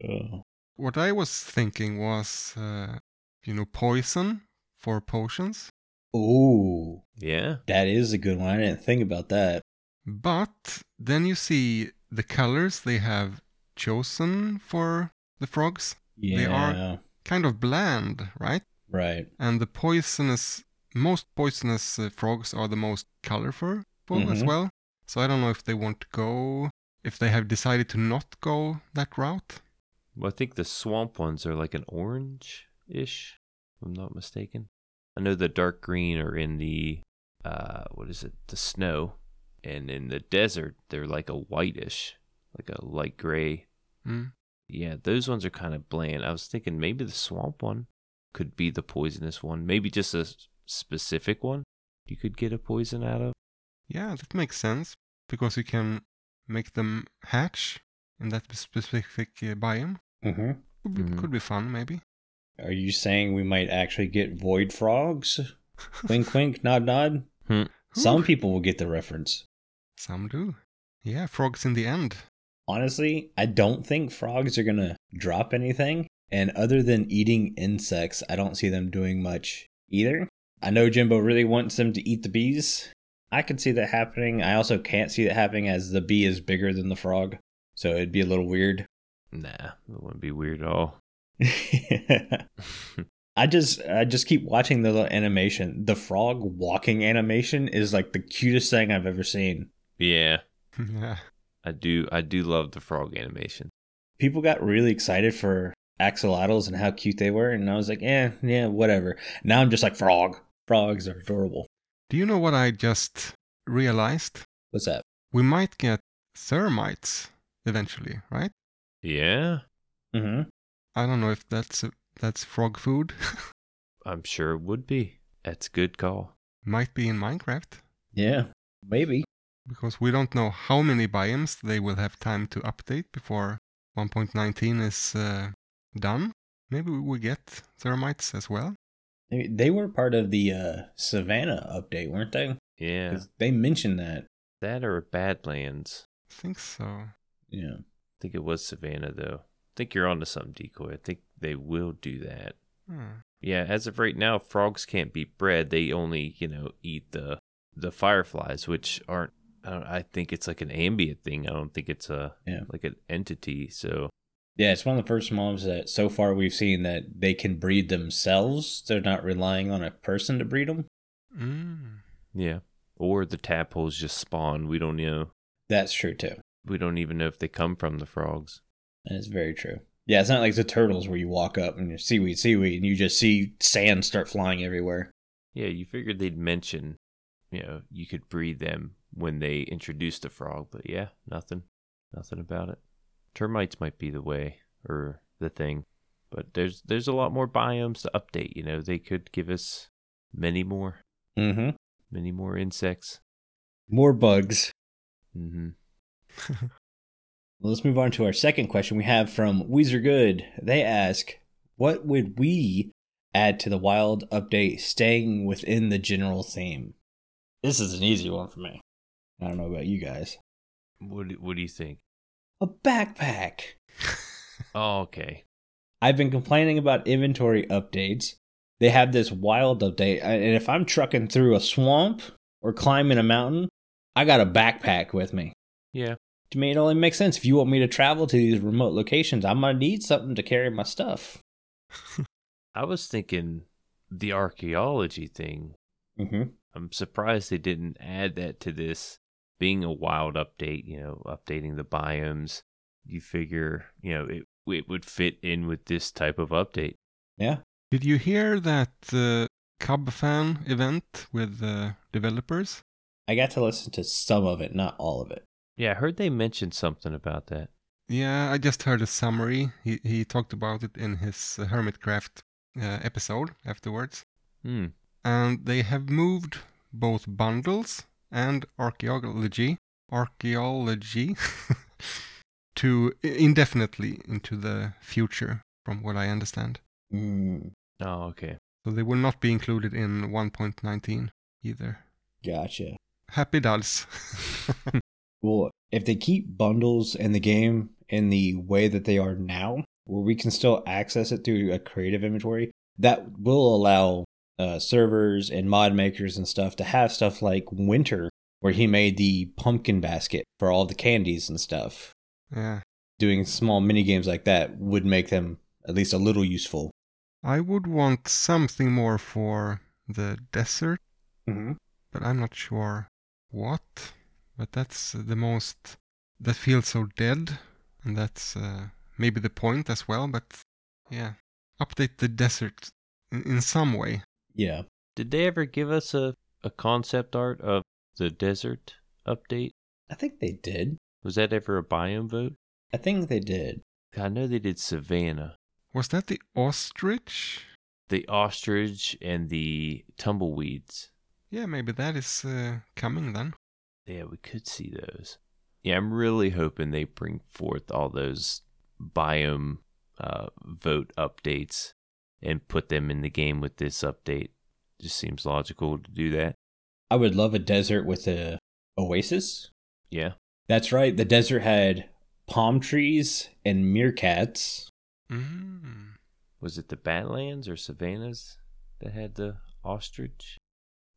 [SPEAKER 1] Oh.
[SPEAKER 3] What I was thinking was, uh, you know, poison for potions,
[SPEAKER 1] Ooh,
[SPEAKER 2] Yeah.
[SPEAKER 1] that is a good one. I didn't think about that.
[SPEAKER 3] but then you see the colors they have chosen for the frogs.
[SPEAKER 1] Yeah.
[SPEAKER 3] are- Kind of bland, right?
[SPEAKER 1] Right.
[SPEAKER 3] And the poisonous, most poisonous uh, frogs are the most colorful as
[SPEAKER 1] Mhm.
[SPEAKER 3] well. So I don't know if they want to go, if they have decided to not go that route.
[SPEAKER 2] Well, I think the swamp ones are like an orange ish, if I'm not mistaken. I know the dark green are in the uh what is it? The snow. And in the desert they're like a whitish, like a light gray
[SPEAKER 3] Mm.
[SPEAKER 2] Yeah, those ones are kind of bland. I was thinking maybe the swamp one could be the poisonous one. Maybe just a s- specific one you could get a poison out of.
[SPEAKER 3] Yeah, that makes sense because you can make them hatch in that specific uh, biome.
[SPEAKER 1] Mm-hmm.
[SPEAKER 3] Could be,
[SPEAKER 2] Mhm.
[SPEAKER 3] could be fun, maybe.
[SPEAKER 1] Are you saying we might actually get void frogs? wink, wink, nod, nod. Some
[SPEAKER 3] Ooh,
[SPEAKER 1] people will get the reference.
[SPEAKER 3] some do. Yeah, frogs in the end.
[SPEAKER 1] Honestly, I don't think frogs are going to drop anything And other than eating insects, I don't see them doing much either. I know Jimbo really wants them to eat the bees. I can see that happening. I also can't see that happening as the bee is bigger than the frog. So it'd be a little weird.
[SPEAKER 2] Nah, that wouldn't be weird at all.
[SPEAKER 1] I just I just keep watching the little animation. The frog walking animation is like the cutest thing I've ever seen.
[SPEAKER 2] yeah,
[SPEAKER 3] yeah.
[SPEAKER 2] I do. I do love the frog animation.
[SPEAKER 1] People got really excited for axolotls and how cute they were, and I was like, eh, yeah, whatever. Now I'm just like frog. Frogs are adorable.
[SPEAKER 3] Do you know what I just realized?
[SPEAKER 1] What's that?
[SPEAKER 3] We might get thermites eventually, right?
[SPEAKER 2] Yeah,
[SPEAKER 1] Mm-hmm.
[SPEAKER 3] I don't know if that's that's frog food.
[SPEAKER 2] I'm sure it would be. That's a good call.
[SPEAKER 3] might be in Minecraft
[SPEAKER 1] Yeah, maybe.
[SPEAKER 3] because we don't know how many biomes they will have time to update before 1.19 is uh, done. Maybe we will get thermites as well.
[SPEAKER 1] They- They were part of the uh, Savannah update, weren't they?
[SPEAKER 2] Yeah,
[SPEAKER 1] 'Cause They mentioned that.
[SPEAKER 2] that or Badlands.
[SPEAKER 3] I think so.
[SPEAKER 1] Yeah.
[SPEAKER 2] I think it was Savannah though. I think you're onto some decoy. I think they will do that.
[SPEAKER 3] Hmm.
[SPEAKER 2] Yeah, as of right now, frogs can't be bred. They only, you know, eat the the fireflies, which aren't. I, don't, I think it's like an ambient thing. I don't think it's a
[SPEAKER 1] Yeah.
[SPEAKER 2] like an entity. So
[SPEAKER 1] Yeah, it's one of the first moms that so far we've seen that they can breed themselves. They're not relying on a person to breed them.
[SPEAKER 3] Mm.
[SPEAKER 2] yeah, or the tadpoles just spawn. We don't know.
[SPEAKER 1] That's true too.
[SPEAKER 2] We don't even know if they come from the frogs.
[SPEAKER 1] That is very true. Yeah, it's not like the turtles where you walk up and you seaweed, seaweed, and you just see sand start flying everywhere.
[SPEAKER 2] Yeah, you figured they'd mention, you know, you could breed them when they introduced a frog, but yeah, nothing, nothing about it. Termites might be the way or the thing, but there's there's a lot more biomes to update. You know, they could give us many more,
[SPEAKER 1] Mm-hmm.
[SPEAKER 2] many more insects.
[SPEAKER 1] More bugs.
[SPEAKER 2] hmm
[SPEAKER 1] Let's move on to our second question we have from Weezer Good. They ask, What would we add to the wild update staying within the general theme? This is an easy one for me. I don't know about you guys.
[SPEAKER 2] What do- What do you think?
[SPEAKER 1] A backpack.
[SPEAKER 2] Oh, okay.
[SPEAKER 1] I've been complaining about inventory updates. They have this wild update, I- and if I'm trucking through a swamp or climbing a mountain, I got a backpack with me.
[SPEAKER 2] Yeah,
[SPEAKER 1] To me, it only makes sense if you want me to travel to these remote locations. I'm gonna need something to carry my stuff.
[SPEAKER 2] I was thinking the archaeology thing
[SPEAKER 1] Mm-hmm.
[SPEAKER 2] I'm surprised they didn't add that to this being a wild update, you know, updating the biomes. You figure, you know, it it would fit in with this type of update.
[SPEAKER 1] Yeah.
[SPEAKER 3] Did you hear that uh, Cub fan event with the developers?
[SPEAKER 1] I got to listen to some of it, not all of it.
[SPEAKER 2] Yeah, I heard they mentioned something about that.
[SPEAKER 3] Yeah, I just heard a summary. He he talked about it in his uh, Hermitcraft uh, episode afterwards.
[SPEAKER 2] Hmm.
[SPEAKER 3] and they have moved both bundles and archaeology archaeology to i- indefinitely into the future from what i understand
[SPEAKER 1] Mm,
[SPEAKER 2] Oh, okay.
[SPEAKER 3] so they will not be included in 1.19 either
[SPEAKER 1] gotcha.
[SPEAKER 3] happy dals
[SPEAKER 1] Well, if they keep bundles in the game in the way that they are now, where we can still access it through a creative inventory, that will allow uh, servers and mod makers and stuff to have stuff like Winter, where he made the pumpkin basket for all the candies and stuff.
[SPEAKER 3] yeah
[SPEAKER 1] Doing small mini games like that would make them at least a little useful.
[SPEAKER 3] i would want something more for the desert
[SPEAKER 1] Mm-hmm.
[SPEAKER 3] but i'm not sure what but that's the most that feels so dead and that's uh, maybe the point as well but yeah update the desert in, in some way
[SPEAKER 1] Yeah.
[SPEAKER 2] Did they ever give us a, a concept art of the desert update?
[SPEAKER 1] I think they did.
[SPEAKER 2] Was that ever a biome vote?
[SPEAKER 1] I think they did.
[SPEAKER 2] I know they did Savannah,
[SPEAKER 3] was that the ostrich
[SPEAKER 2] the ostrich, and the tumbleweeds.
[SPEAKER 3] yeah maybe that is uh, coming then
[SPEAKER 2] Yeah, we could see those. Yeah, I'm really hoping they bring forth all those biome uh, vote updates and put them in the game with this update. Just seems logical to do that.
[SPEAKER 1] I would love a desert with a oasis.
[SPEAKER 2] Yeah.
[SPEAKER 1] That's right. The desert had palm trees and meerkats.
[SPEAKER 3] mm.
[SPEAKER 2] was it the Badlands or Savannas that had the ostrich?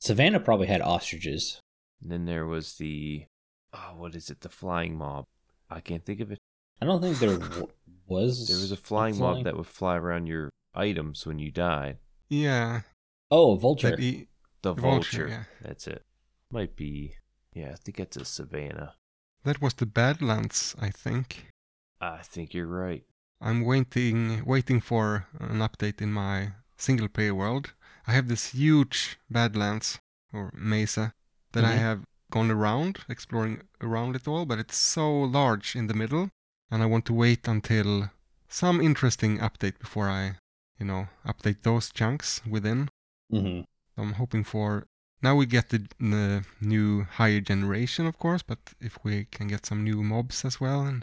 [SPEAKER 1] Savannah probably had ostriches.
[SPEAKER 2] And then there was the oh, what is it? The flying mob. I can't think of it.
[SPEAKER 1] I don't think there w- was.
[SPEAKER 2] There was a flying, mob that would fly around your items when you died.
[SPEAKER 3] Yeah.
[SPEAKER 1] Oh, a vulture.
[SPEAKER 3] That e-
[SPEAKER 2] The
[SPEAKER 3] The
[SPEAKER 2] vulture.
[SPEAKER 3] vulture, yeah.
[SPEAKER 2] That's it. Might be. Yeah, I think that's a Savannah.
[SPEAKER 3] that was the Badlands, I think.
[SPEAKER 2] I think you're right.
[SPEAKER 3] I'm waiting waiting for an update in my single player world. I have this huge Badlands or Mesa that I
[SPEAKER 1] Mhm.
[SPEAKER 3] have gone around, exploring around it all, but it's so large in the middle and I want to wait until some interesting update before I, you know, update those chunks within.
[SPEAKER 1] hmm
[SPEAKER 3] So I'm hoping for now we get the, the new higher generation, of course, but if we can get some new mobs as well and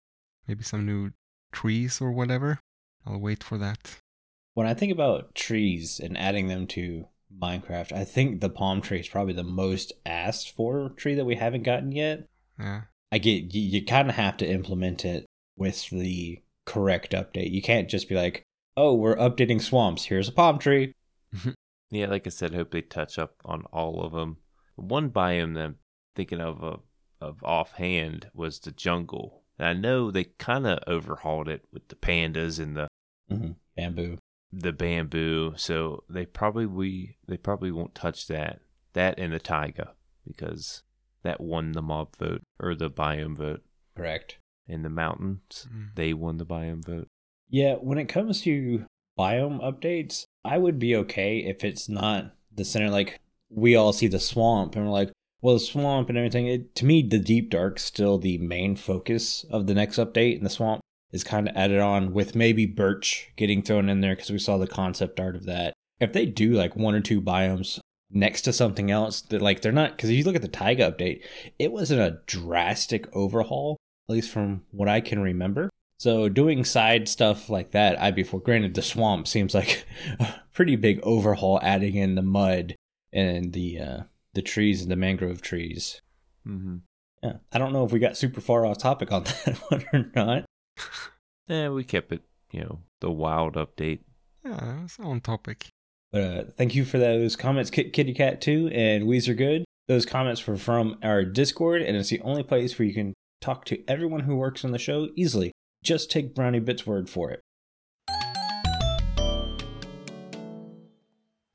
[SPEAKER 3] maybe some new trees or whatever, I'll wait for that.
[SPEAKER 1] When I think about trees and adding them to Minecraft, I think the palm tree is probably the most asked for tree that we haven't gotten yet.
[SPEAKER 3] Yeah.
[SPEAKER 1] I get you, you kind of have to implement it with the correct update. You can't just be like, "Oh, we're updating swamps. Here's a palm tree."
[SPEAKER 2] Yeah, like I said, hope they touch up on all of them. One biome that I'm thinking of uh, of offhand was the jungle. And I know they kind of overhauled it with the pandas and the
[SPEAKER 1] hmm Bamboo.
[SPEAKER 2] the bamboo, so they probably we they probably won't touch that that and the taiga because that won the mob vote or the biome vote
[SPEAKER 1] Correct.
[SPEAKER 2] in the mountains.
[SPEAKER 3] Mm.
[SPEAKER 2] They won the biome vote.
[SPEAKER 1] Yeah, when it comes to biome updates, I would be okay if it's not the center. Like we all see the swamp, and we're like, "Well, the swamp and everything." It, to me, the deep dark's still the main focus of the next update, and the swamp is kind of added on with maybe birch getting thrown in there because we saw the concept art of that. If they do like one or two biomes next to something else, that like they're not because you look at the taiga update, it wasn't a drastic overhaul, at least from what I can remember. So doing side stuff like that, I'd be for. Granted, the swamp seems like a pretty big overhaul, adding in the mud and the uh, the trees and the mangrove trees.
[SPEAKER 2] Mm-hmm.
[SPEAKER 1] Yeah, I don't know if we got super far off topic on that one or not.
[SPEAKER 2] Yeah, Eh, we kept it. You know, the wild update.
[SPEAKER 3] Yeah, it's on topic.
[SPEAKER 1] But uh, thank you for those comments, Kit Kitty Cat Two and Weezer Good. Those comments were from our Discord, and it's the only place where you can talk to everyone who works on the show easily. Just take Brownie Bit's word for it.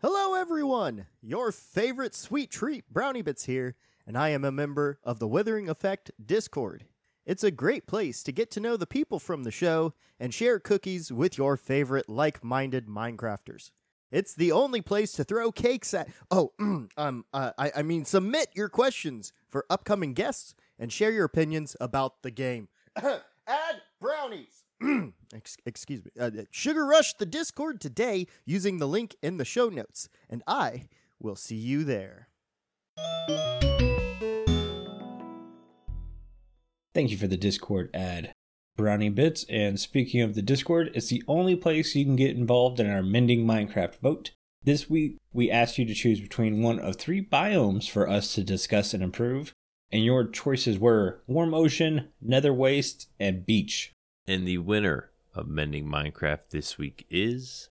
[SPEAKER 4] Hello, everyone! Your favorite sweet treat, Brownie Bits here, and I am a member of the Withering Effect Discord. It's a great place to get to know the people from the show and share cookies with your favorite like minded Minecrafters. It's the only place to throw cakes at. Oh, um, uh, I, I mean, submit your questions for upcoming guests and share your opinions about the game. Add brownies! Ex- excuse me. Uh, Sugar Rush the Discord today using the link in the show notes, and I will see you there.
[SPEAKER 1] Thank you for the Discord ad, Brownie Bits. And speaking of the Discord, it's the only place you can get involved in our Mending Minecraft vote. This week, we asked you to choose between one of three biomes for us to discuss and improve. And your choices were Warm Ocean, Nether Waste, and Beach.
[SPEAKER 2] And the winner of Mending Minecraft this week is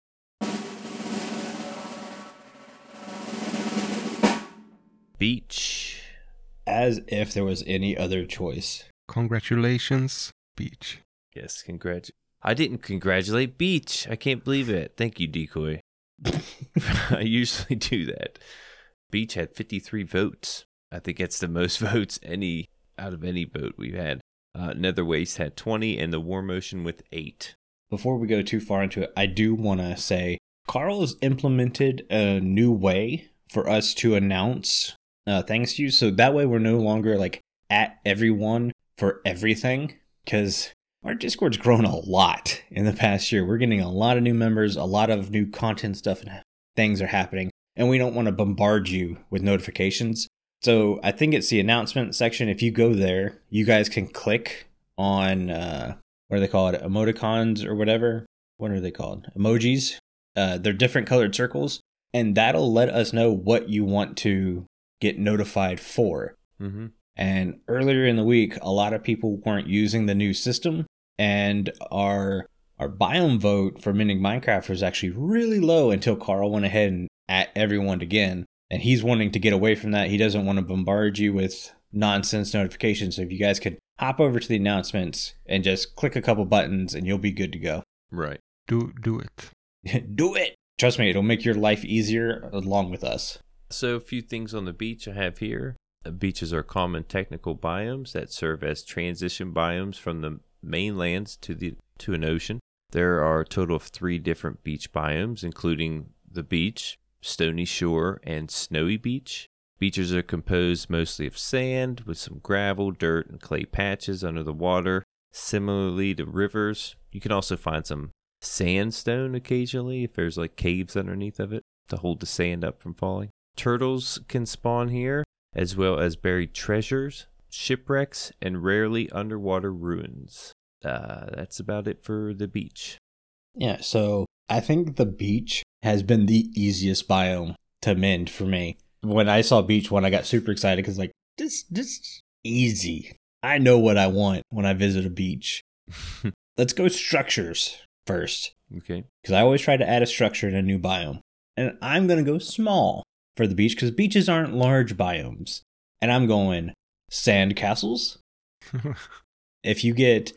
[SPEAKER 2] Beach.
[SPEAKER 1] As if there was any other choice.
[SPEAKER 3] Congratulations, Beach.
[SPEAKER 2] Yes, congrat. I didn't congratulate Beach. I can't believe it. Thank you, Decoy. I usually do that. Beach had 53 votes. I think that's the most votes any out of any vote we've had. Uh, Nether Waste had 20, and the Warm Ocean with 8.
[SPEAKER 1] before we go too far into it, I do want to say Carl has implemented a new way for us to announce uh, thanks to you. So that way we're no longer like at everyone for everything because our Discord's grown a lot in the past year. We're getting a lot of new members, a lot of new content stuff, and things are happening. And we don't want to bombard you with notifications. So I think it's the announcement section. If you go there, you guys can click on uh, what do they call it emoticons or whatever what are they called emojis uh, they're different colored circles and that'll let us know what you want to get notified for
[SPEAKER 2] Mm-hmm.
[SPEAKER 1] and earlier in the week a lot of people weren't using the new system and our our biome vote for Mending Minecraft was actually really low until Carl went ahead and at everyone again. And he's wanting to get away from that. He doesn't want to bombard you with nonsense notifications. So if you guys could hop over to the announcements and just click a couple buttons and you'll be good to go.
[SPEAKER 2] Right.
[SPEAKER 3] Do do it.
[SPEAKER 1] Do it. Trust me, it'll make your life easier along with us.
[SPEAKER 2] So, a few things on the beach I have here. Uh, Beaches are common technical biomes that serve as transition biomes from the mainlands to the to an ocean. There are a total of three different beach biomes, including the beach, stony shore, and snowy beach. Beaches are composed mostly of sand with some gravel, dirt, and clay patches under the water. Similarly to rivers, you can also find some sandstone occasionally if there's like caves underneath of it to hold the sand up from falling. Turtles can spawn here, as well as buried treasures, shipwrecks, and rarely underwater ruins. Uh, that's about it for the beach.
[SPEAKER 1] Yeah, so I think the beach has been the easiest biome to mend for me. When I saw beach one, I got super excited because like this, this is easy. I know what I want when I visit a beach. Let's go structures first
[SPEAKER 2] okay.
[SPEAKER 1] because I always try to add a structure in a new biome, and I'm gonna go small for the beach because beaches aren't large biomes, and I'm going sand castles. If you get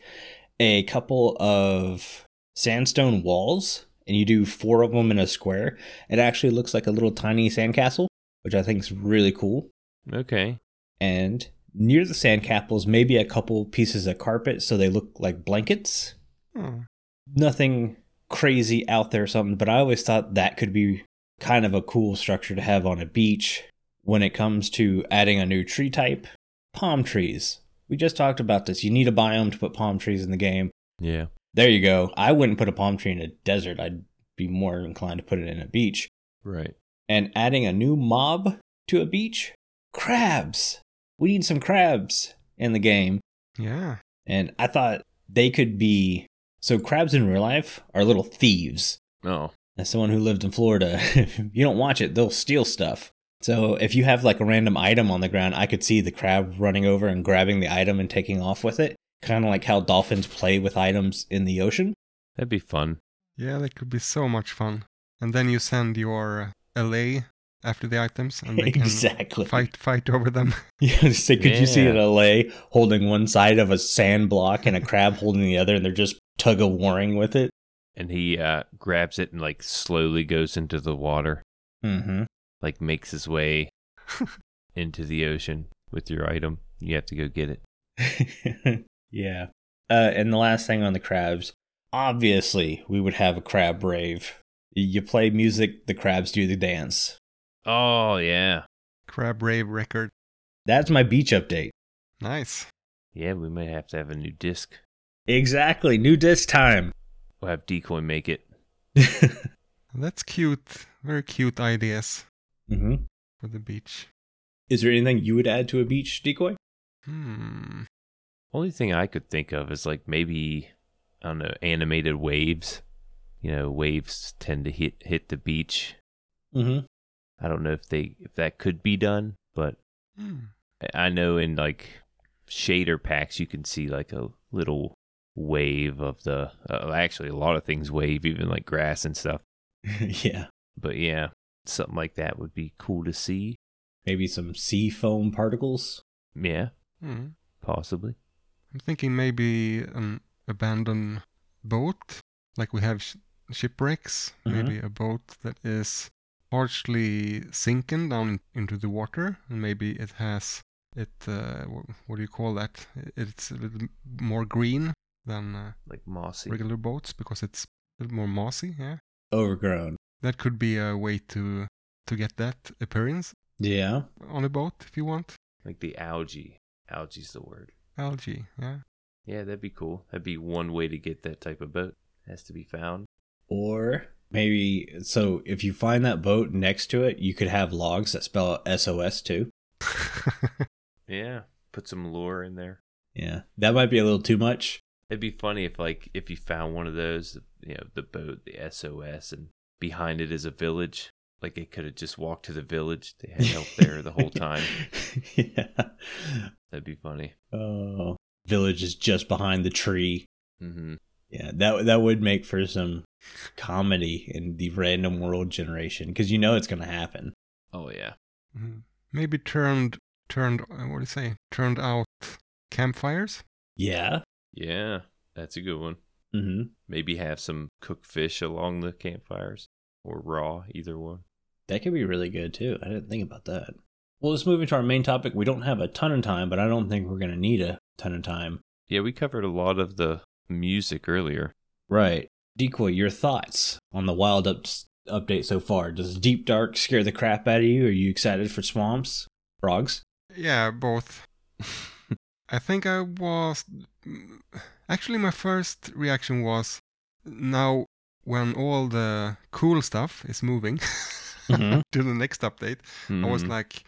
[SPEAKER 1] a couple of sandstone walls and you do four of them in a square, it actually looks like a little tiny sandcastle, which I think is really cool.
[SPEAKER 2] Okay.
[SPEAKER 1] And near the sandcastles, maybe a couple pieces of carpet so they look like blankets.
[SPEAKER 3] oh,
[SPEAKER 1] Nothing crazy out there or something, but I always thought that could be kind of a cool structure to have on a beach when it comes to adding a new tree type. Palm trees. We just talked about this. You need a biome to put palm trees in the game.
[SPEAKER 2] Yeah.
[SPEAKER 1] There you go. I wouldn't put a palm tree in a desert. I'd be more inclined to put it in a beach.
[SPEAKER 2] Right.
[SPEAKER 1] And adding a new mob to a beach? Crabs. We need some crabs in the game.
[SPEAKER 3] yeah.
[SPEAKER 1] And I thought they could be. So, crabs in real life are little thieves.
[SPEAKER 2] Oh.
[SPEAKER 1] As someone who lived in Florida, if you don't watch it, they'll steal stuff. So, if you have like a random item on the ground, I could see the crab running over and grabbing the item and taking off with it. Kind of like how dolphins play with items in the ocean.
[SPEAKER 2] That'd be fun.
[SPEAKER 3] Yeah, that could be so much fun. And then you send your uh, LA after the items and they can
[SPEAKER 1] exactly.
[SPEAKER 3] um, fight fight over them.
[SPEAKER 1] Yeah, say, could you see
[SPEAKER 2] Yeah.
[SPEAKER 1] an LA holding one side of a sand block and a crab holding the other, and they're just tug of warring with it?
[SPEAKER 2] And he uh, grabs it and like slowly goes into the water,
[SPEAKER 1] Mm-hmm.
[SPEAKER 2] like makes his way into the ocean with your item. You have to go get it.
[SPEAKER 1] yeah. Uh, and the last thing on the crabs, obviously, we would have a crab rave. You play music, the crabs do the dance.
[SPEAKER 2] Oh yeah.
[SPEAKER 3] Crab Rave record.
[SPEAKER 1] That's my beach update.
[SPEAKER 3] Nice.
[SPEAKER 2] Yeah, we may have to have a new disc.
[SPEAKER 1] Exactly. New disc time.
[SPEAKER 2] We'll have Decoy make it.
[SPEAKER 1] mm-hmm.
[SPEAKER 3] That's cute. Very cute ideas for the beach.
[SPEAKER 1] Is there anything you would add to a beach decoy?
[SPEAKER 3] Hmm.
[SPEAKER 2] Only thing I could think of is like maybe I don't know animated waves. You know, waves tend to hit hit the beach.
[SPEAKER 1] Mm-hmm.
[SPEAKER 2] I don't know if they if that could be done, but
[SPEAKER 3] Hmm.
[SPEAKER 2] I- I know in like shader packs you can see like a little wave of the uh, actually a lot of things wave even like grass and stuff.
[SPEAKER 1] yeah.
[SPEAKER 2] But yeah, something like that would be cool to see.
[SPEAKER 1] Maybe some sea foam particles.
[SPEAKER 2] Yeah,
[SPEAKER 3] Hmm.
[SPEAKER 2] possibly.
[SPEAKER 3] I'm thinking maybe an abandoned boat, like we have sh- shipwrecks.
[SPEAKER 1] Mhm.
[SPEAKER 3] Maybe a boat that is partially sinking down into the water, and maybe it has it. Uh, wh- what do you call that? I- It's a little m- more green than uh,
[SPEAKER 2] Like mossy.
[SPEAKER 3] regular boats because it's a little more mossy. Yeah,
[SPEAKER 1] Overgrown.
[SPEAKER 3] that could be a way to to get that appearance
[SPEAKER 1] Yeah.
[SPEAKER 3] on a boat if you want.
[SPEAKER 2] Like the algae. Algae's the word.
[SPEAKER 3] Algae. Yeah.
[SPEAKER 2] Yeah, that'd be cool. That'd be one way to get that type of boat. Has to be found.
[SPEAKER 1] Or maybe so if you find that boat next to it, you could have logs that spell out SOS too.
[SPEAKER 2] Yeah. Put some lure in there.
[SPEAKER 1] Yeah. That might be a little too much.
[SPEAKER 2] It'd be funny if like if you found one of those, you know, the boat, the SOS, and behind it is a village. Like it could have just walked to the village. They had help there the whole time.
[SPEAKER 1] yeah.
[SPEAKER 2] That'd be funny.
[SPEAKER 1] Oh. Village is just behind the tree.
[SPEAKER 2] Mm-hmm.
[SPEAKER 1] Yeah, that that would make for some comedy in the random world generation because you know it's going to happen.
[SPEAKER 2] Oh yeah.
[SPEAKER 3] Mhm. Maybe turned turned uh, what do you say? Turned out campfires.
[SPEAKER 1] Yeah.
[SPEAKER 2] Yeah. That's a good one.
[SPEAKER 1] hmm
[SPEAKER 2] Maybe have some cooked fish along the campfires or raw, either one.
[SPEAKER 1] That could be really good too. I didn't think about that. Well, let's move into our main topic. We don't have a ton of time, but I don't think we're going to need a ton of time.
[SPEAKER 2] Yeah, we covered a lot of the music earlier.
[SPEAKER 1] Right. Decoy, your thoughts on the wild ups update so far? Does Deep Dark scare the crap out of you? Are you excited for swamps? Frogs?
[SPEAKER 3] Yeah, both. I think I was mm, actually my first reaction was now when all the cool stuff is moving
[SPEAKER 1] Mhm.
[SPEAKER 3] to the next update. I
[SPEAKER 2] Mm-hmm.
[SPEAKER 3] was like,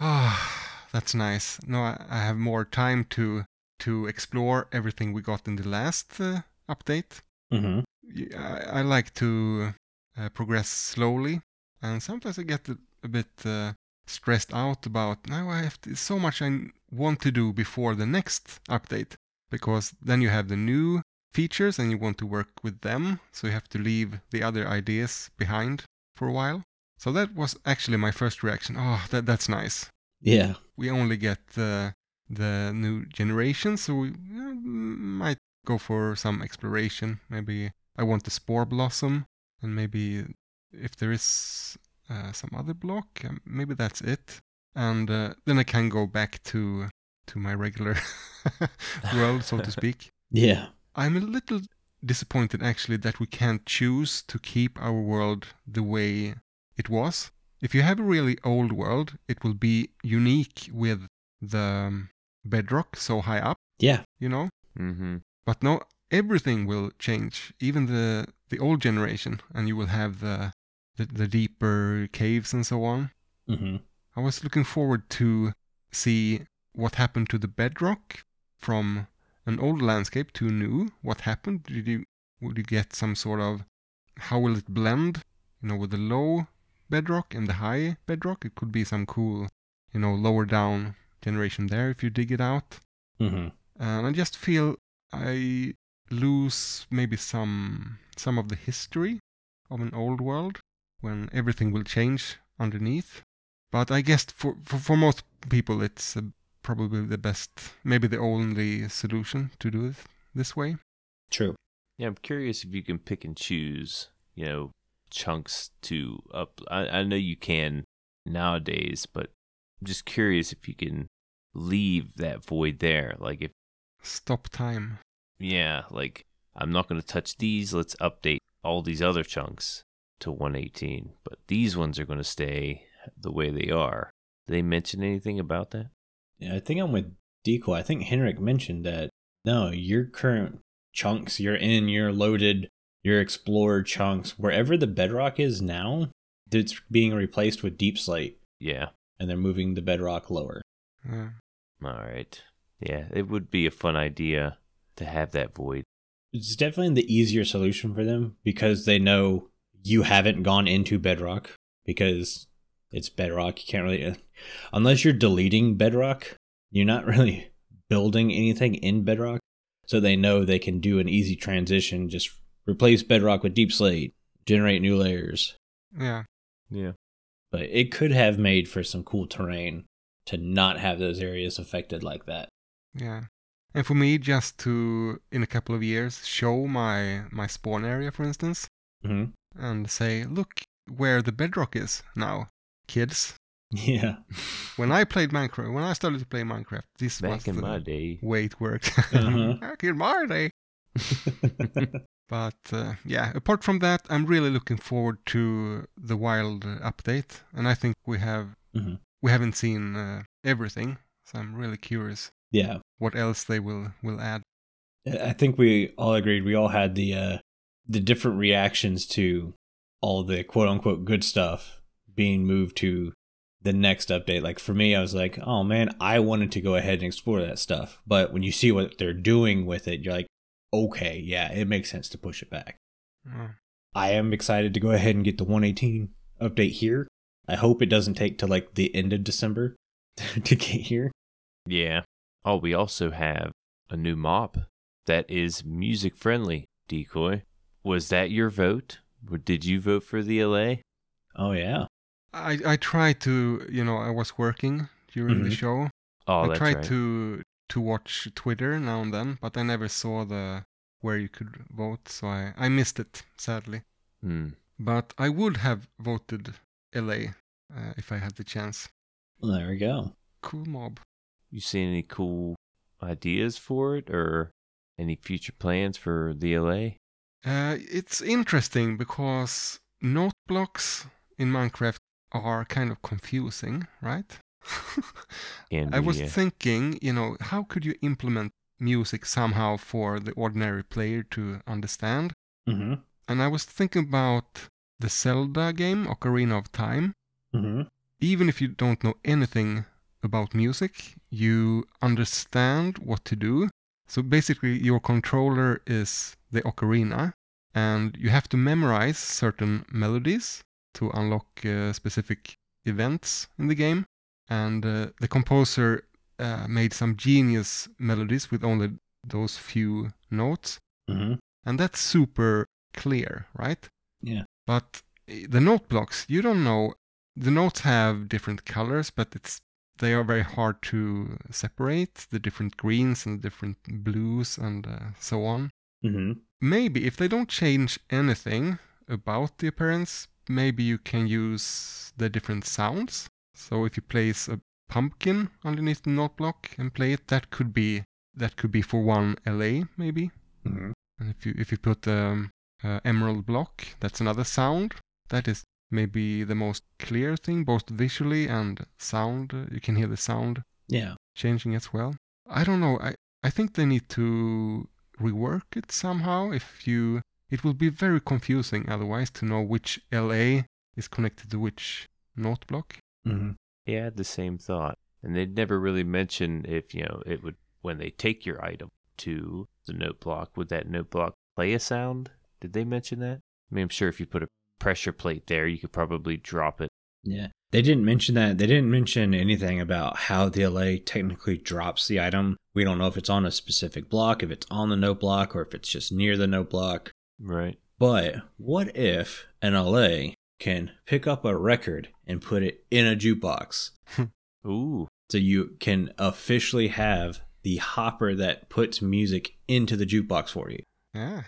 [SPEAKER 3] ah, that's nice. No, I, I have more time to to explore everything we got in the last uh, update.
[SPEAKER 1] Mm-hmm.
[SPEAKER 3] Y- I, I like to uh, progress slowly, and sometimes I get a, a bit uh, stressed out about now I have to, so much I n- want to do before the next update because then you have the new features and you want to work with them, so you have to leave the other ideas behind for a while. So that was actually my first reaction. Oh, that that's nice.
[SPEAKER 1] Yeah.
[SPEAKER 3] We only get the the new generation, so we uh, might go for some exploration. Maybe I want the spore blossom, and maybe if there is uh, some other block, um, maybe that's it. And uh, then I can go back to to my regular world, so to speak.
[SPEAKER 1] Yeah.
[SPEAKER 3] I'm a little disappointed actually that we can't choose to keep our world the way it was. If you have a really old world, it will be unique with the um, bedrock so high up,
[SPEAKER 1] Yeah.
[SPEAKER 3] you know.
[SPEAKER 2] mm-hmm.
[SPEAKER 3] But now everything will change, even the the old generation, and you will have the the, the deeper caves and so on.
[SPEAKER 1] Mm-hmm.
[SPEAKER 3] I was looking forward to see what happened to the bedrock from an old landscape to new. What happened? Did you would you get some sort of how will it blend? You know, with the low bedrock and the high bedrock, it could be some cool, you know, lower down generation there if you dig it out.
[SPEAKER 1] Mm-hmm.
[SPEAKER 3] And I just feel I lose maybe some some of the history of an old world when everything will change underneath. But I guess for for, for most people, it's uh, probably the best, maybe the only solution to do it this way.
[SPEAKER 1] True.
[SPEAKER 2] Yeah, I'm curious if you can pick and choose, you know, chunks to up. I, I know you can nowadays, but I'm just curious if you can leave that void there. Like, if,
[SPEAKER 3] Stop time.
[SPEAKER 2] yeah, like, I'm not going to touch these. Let's update all these other chunks to 118. But these ones are going to stay the way they are. Did they mention anything about that?
[SPEAKER 1] Yeah, I think I'm with Decoy. I think Henrik mentioned that no, your current chunks, you're in, your loaded, your explorer chunks, wherever the bedrock is now, it's being replaced with deep slate
[SPEAKER 2] Yeah.
[SPEAKER 1] and they're moving the bedrock lower.
[SPEAKER 3] Uh,
[SPEAKER 2] All right. Yeah, it would be a fun idea to have that void.
[SPEAKER 1] It's definitely the easier solution for them because they know you haven't gone into bedrock because it's bedrock. You can't really, unless you're deleting bedrock, you're not really building anything in bedrock. So they know they can do an easy transition. Just replace bedrock with deep slate, generate new layers.
[SPEAKER 3] yeah.
[SPEAKER 2] Yeah.
[SPEAKER 1] But it could have made for some cool terrain to not have those areas affected like that.
[SPEAKER 3] Yeah. And for me, just to in a couple of years show my my spawn area, for instance,
[SPEAKER 1] Mm-hmm.
[SPEAKER 3] and say, look where the bedrock is now, kids.
[SPEAKER 1] Yeah.
[SPEAKER 3] When I played Minecraft, when I started to play Minecraft, this was
[SPEAKER 2] Back in
[SPEAKER 3] the
[SPEAKER 2] my day.
[SPEAKER 3] way it worked.
[SPEAKER 1] Uh-huh.
[SPEAKER 3] Back in my day. But uh, yeah, apart from that, I'm really looking forward to the wild uh, update, and I think we have
[SPEAKER 1] Mhm.
[SPEAKER 3] we haven't seen uh, everything, so I'm really curious
[SPEAKER 1] yeah.
[SPEAKER 3] what else they will will add.
[SPEAKER 1] I think we all agreed. We all had the uh, the different reactions to all the quote unquote good stuff being moved to the next update. Like for me, I was like, oh man, I wanted to go ahead and explore that stuff, but when you see what they're doing with it, you're like, okay, yeah, it makes sense to push it back.
[SPEAKER 3] Uh,
[SPEAKER 1] I am excited to go ahead and get the 118 update here. I hope it doesn't take till like the end of December to get here.
[SPEAKER 2] Yeah. Oh, we also have a new mop that is music friendly. Decoy, was that your vote? Or did you vote for the LA?
[SPEAKER 1] Oh yeah.
[SPEAKER 3] I, I tried to, you know, I was working during the
[SPEAKER 1] Mhm.
[SPEAKER 3] show.
[SPEAKER 2] Oh,
[SPEAKER 3] I
[SPEAKER 2] that's
[SPEAKER 3] tried
[SPEAKER 2] right.
[SPEAKER 3] to to watch Twitter now and then, but I never saw the where you could vote, so I, I missed it, sadly.
[SPEAKER 2] Hmm.
[SPEAKER 3] But I would have voted LA uh, if I had the chance.
[SPEAKER 1] Well, there we go.
[SPEAKER 3] Cool mob.
[SPEAKER 2] You see any cool ideas for it, or any future plans for the LA?
[SPEAKER 3] Uh, it's interesting because note blocks in Minecraft are kind of confusing, right?
[SPEAKER 2] Can
[SPEAKER 3] I
[SPEAKER 2] be,
[SPEAKER 3] was
[SPEAKER 2] uh,
[SPEAKER 3] thinking, you know, how could you implement music somehow for the ordinary player to understand?
[SPEAKER 1] Mm-hmm.
[SPEAKER 3] And I was thinking about the Zelda game, Ocarina of Time.
[SPEAKER 1] Mm-hmm.
[SPEAKER 3] Even if you don't know anything about music, you understand what to do. So basically, your controller is the ocarina, and you have to memorize certain melodies to unlock uh, specific events in the game. And uh, the composer uh, made some genius melodies with only those few notes.
[SPEAKER 1] Mm-hmm.
[SPEAKER 3] And that's super clear, right?
[SPEAKER 1] Yeah.
[SPEAKER 3] But i- the note blocks, you don't know. The notes have different colors, but it's they are very hard to separate the different greens and different blues and uh, so on.
[SPEAKER 1] Mm-hmm.
[SPEAKER 3] Maybe if they don't change anything about the appearance, maybe you can use the different sounds. So if you place a pumpkin underneath the note block and play it, that could be that could be for one LA maybe.
[SPEAKER 1] Mm-hmm.
[SPEAKER 3] And if you if you put um, uh, emerald block, that's another sound. That is maybe the most clear thing, both visually and sound. Uh, You can hear the sound
[SPEAKER 1] Yeah.
[SPEAKER 3] changing as well. I don't know. I I think they need to rework it somehow. If you, it will be very confusing otherwise to know which LA is connected to which note block.
[SPEAKER 1] Mm-hmm.
[SPEAKER 2] Yeah, I had the same thought. And they'd never really mention if, you know, it would, when they take your item to the note block, would that note block play a sound? Did they mention that? I mean, I'm sure if you put a pressure plate there, you could probably drop it.
[SPEAKER 1] Yeah. They didn't mention that. They didn't mention anything about how the LA technically drops the item. We don't know if it's on a specific block, if it's on the note block, or if it's just near the note block.
[SPEAKER 2] Right.
[SPEAKER 1] But what if an LA can pick up a record and put it in a jukebox?
[SPEAKER 2] Ooh.
[SPEAKER 1] So you can officially have the hopper that puts music into the jukebox for you.
[SPEAKER 3] Yeah,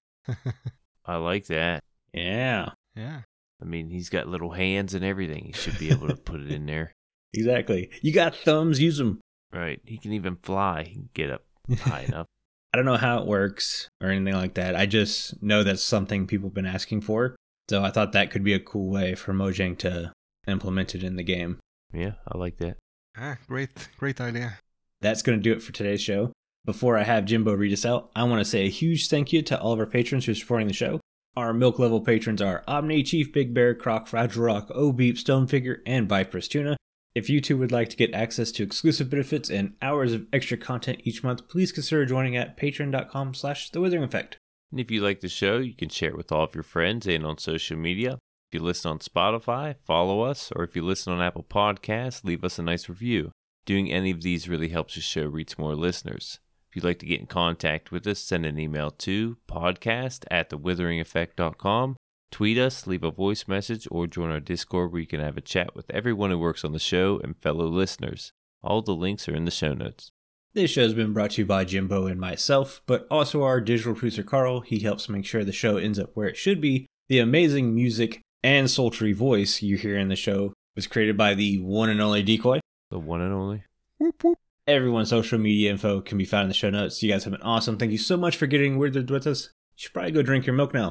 [SPEAKER 2] I like that.
[SPEAKER 1] Yeah.
[SPEAKER 3] yeah.
[SPEAKER 2] I mean, he's got little hands and everything. He should be able to put it in there.
[SPEAKER 1] Exactly. You got thumbs, use them.
[SPEAKER 2] Right. He can even fly. He can get up high enough.
[SPEAKER 1] I don't know how it works or anything like that. I just know that's something people have been asking for. So I thought that could be a cool way for Mojang to implement it in the game.
[SPEAKER 2] Yeah, I like that.
[SPEAKER 3] Ah, great, great idea.
[SPEAKER 1] That's going to do it for today's show. Before I have Jimbo read us out, I want to say a huge thank you to all of our patrons who are supporting the show. Our milk level patrons are Omni, Chief Big Bear, Croc, Fragile Rock, Obeep, Stone Figure, and Viper's Tuna. If you too would like to get access to exclusive benefits and hours of extra content each month, please consider joining at patreon.com slash the withering effect.
[SPEAKER 2] And if you like the show, you can share it with all of your friends and on social media. If you listen on Spotify, follow us, or if you listen on Apple Podcasts, leave us a nice review. Doing any of these really helps the show reach more listeners. If you'd like to get in contact with us, send an email to podcast at thewitheringeffect.com. Tweet us, leave a voice message, or join our Discord where you can have a chat with everyone who works on the show and fellow listeners. All the links are in the show notes.
[SPEAKER 1] This show has been brought to you by Jimbo and myself, but also our digital producer Carl. He helps make sure the show ends up where it should be. The amazing music and sultry voice you hear in the show was created by the one and only Decoy.
[SPEAKER 2] The one and only.
[SPEAKER 3] Whoop whoop.
[SPEAKER 1] Everyone's social media info can be found in the show notes. You guys have been awesome. Thank you so much for getting weird with us. You should probably go drink your milk now.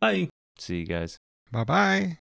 [SPEAKER 1] Bye.
[SPEAKER 2] See you guys.
[SPEAKER 3] Bye bye.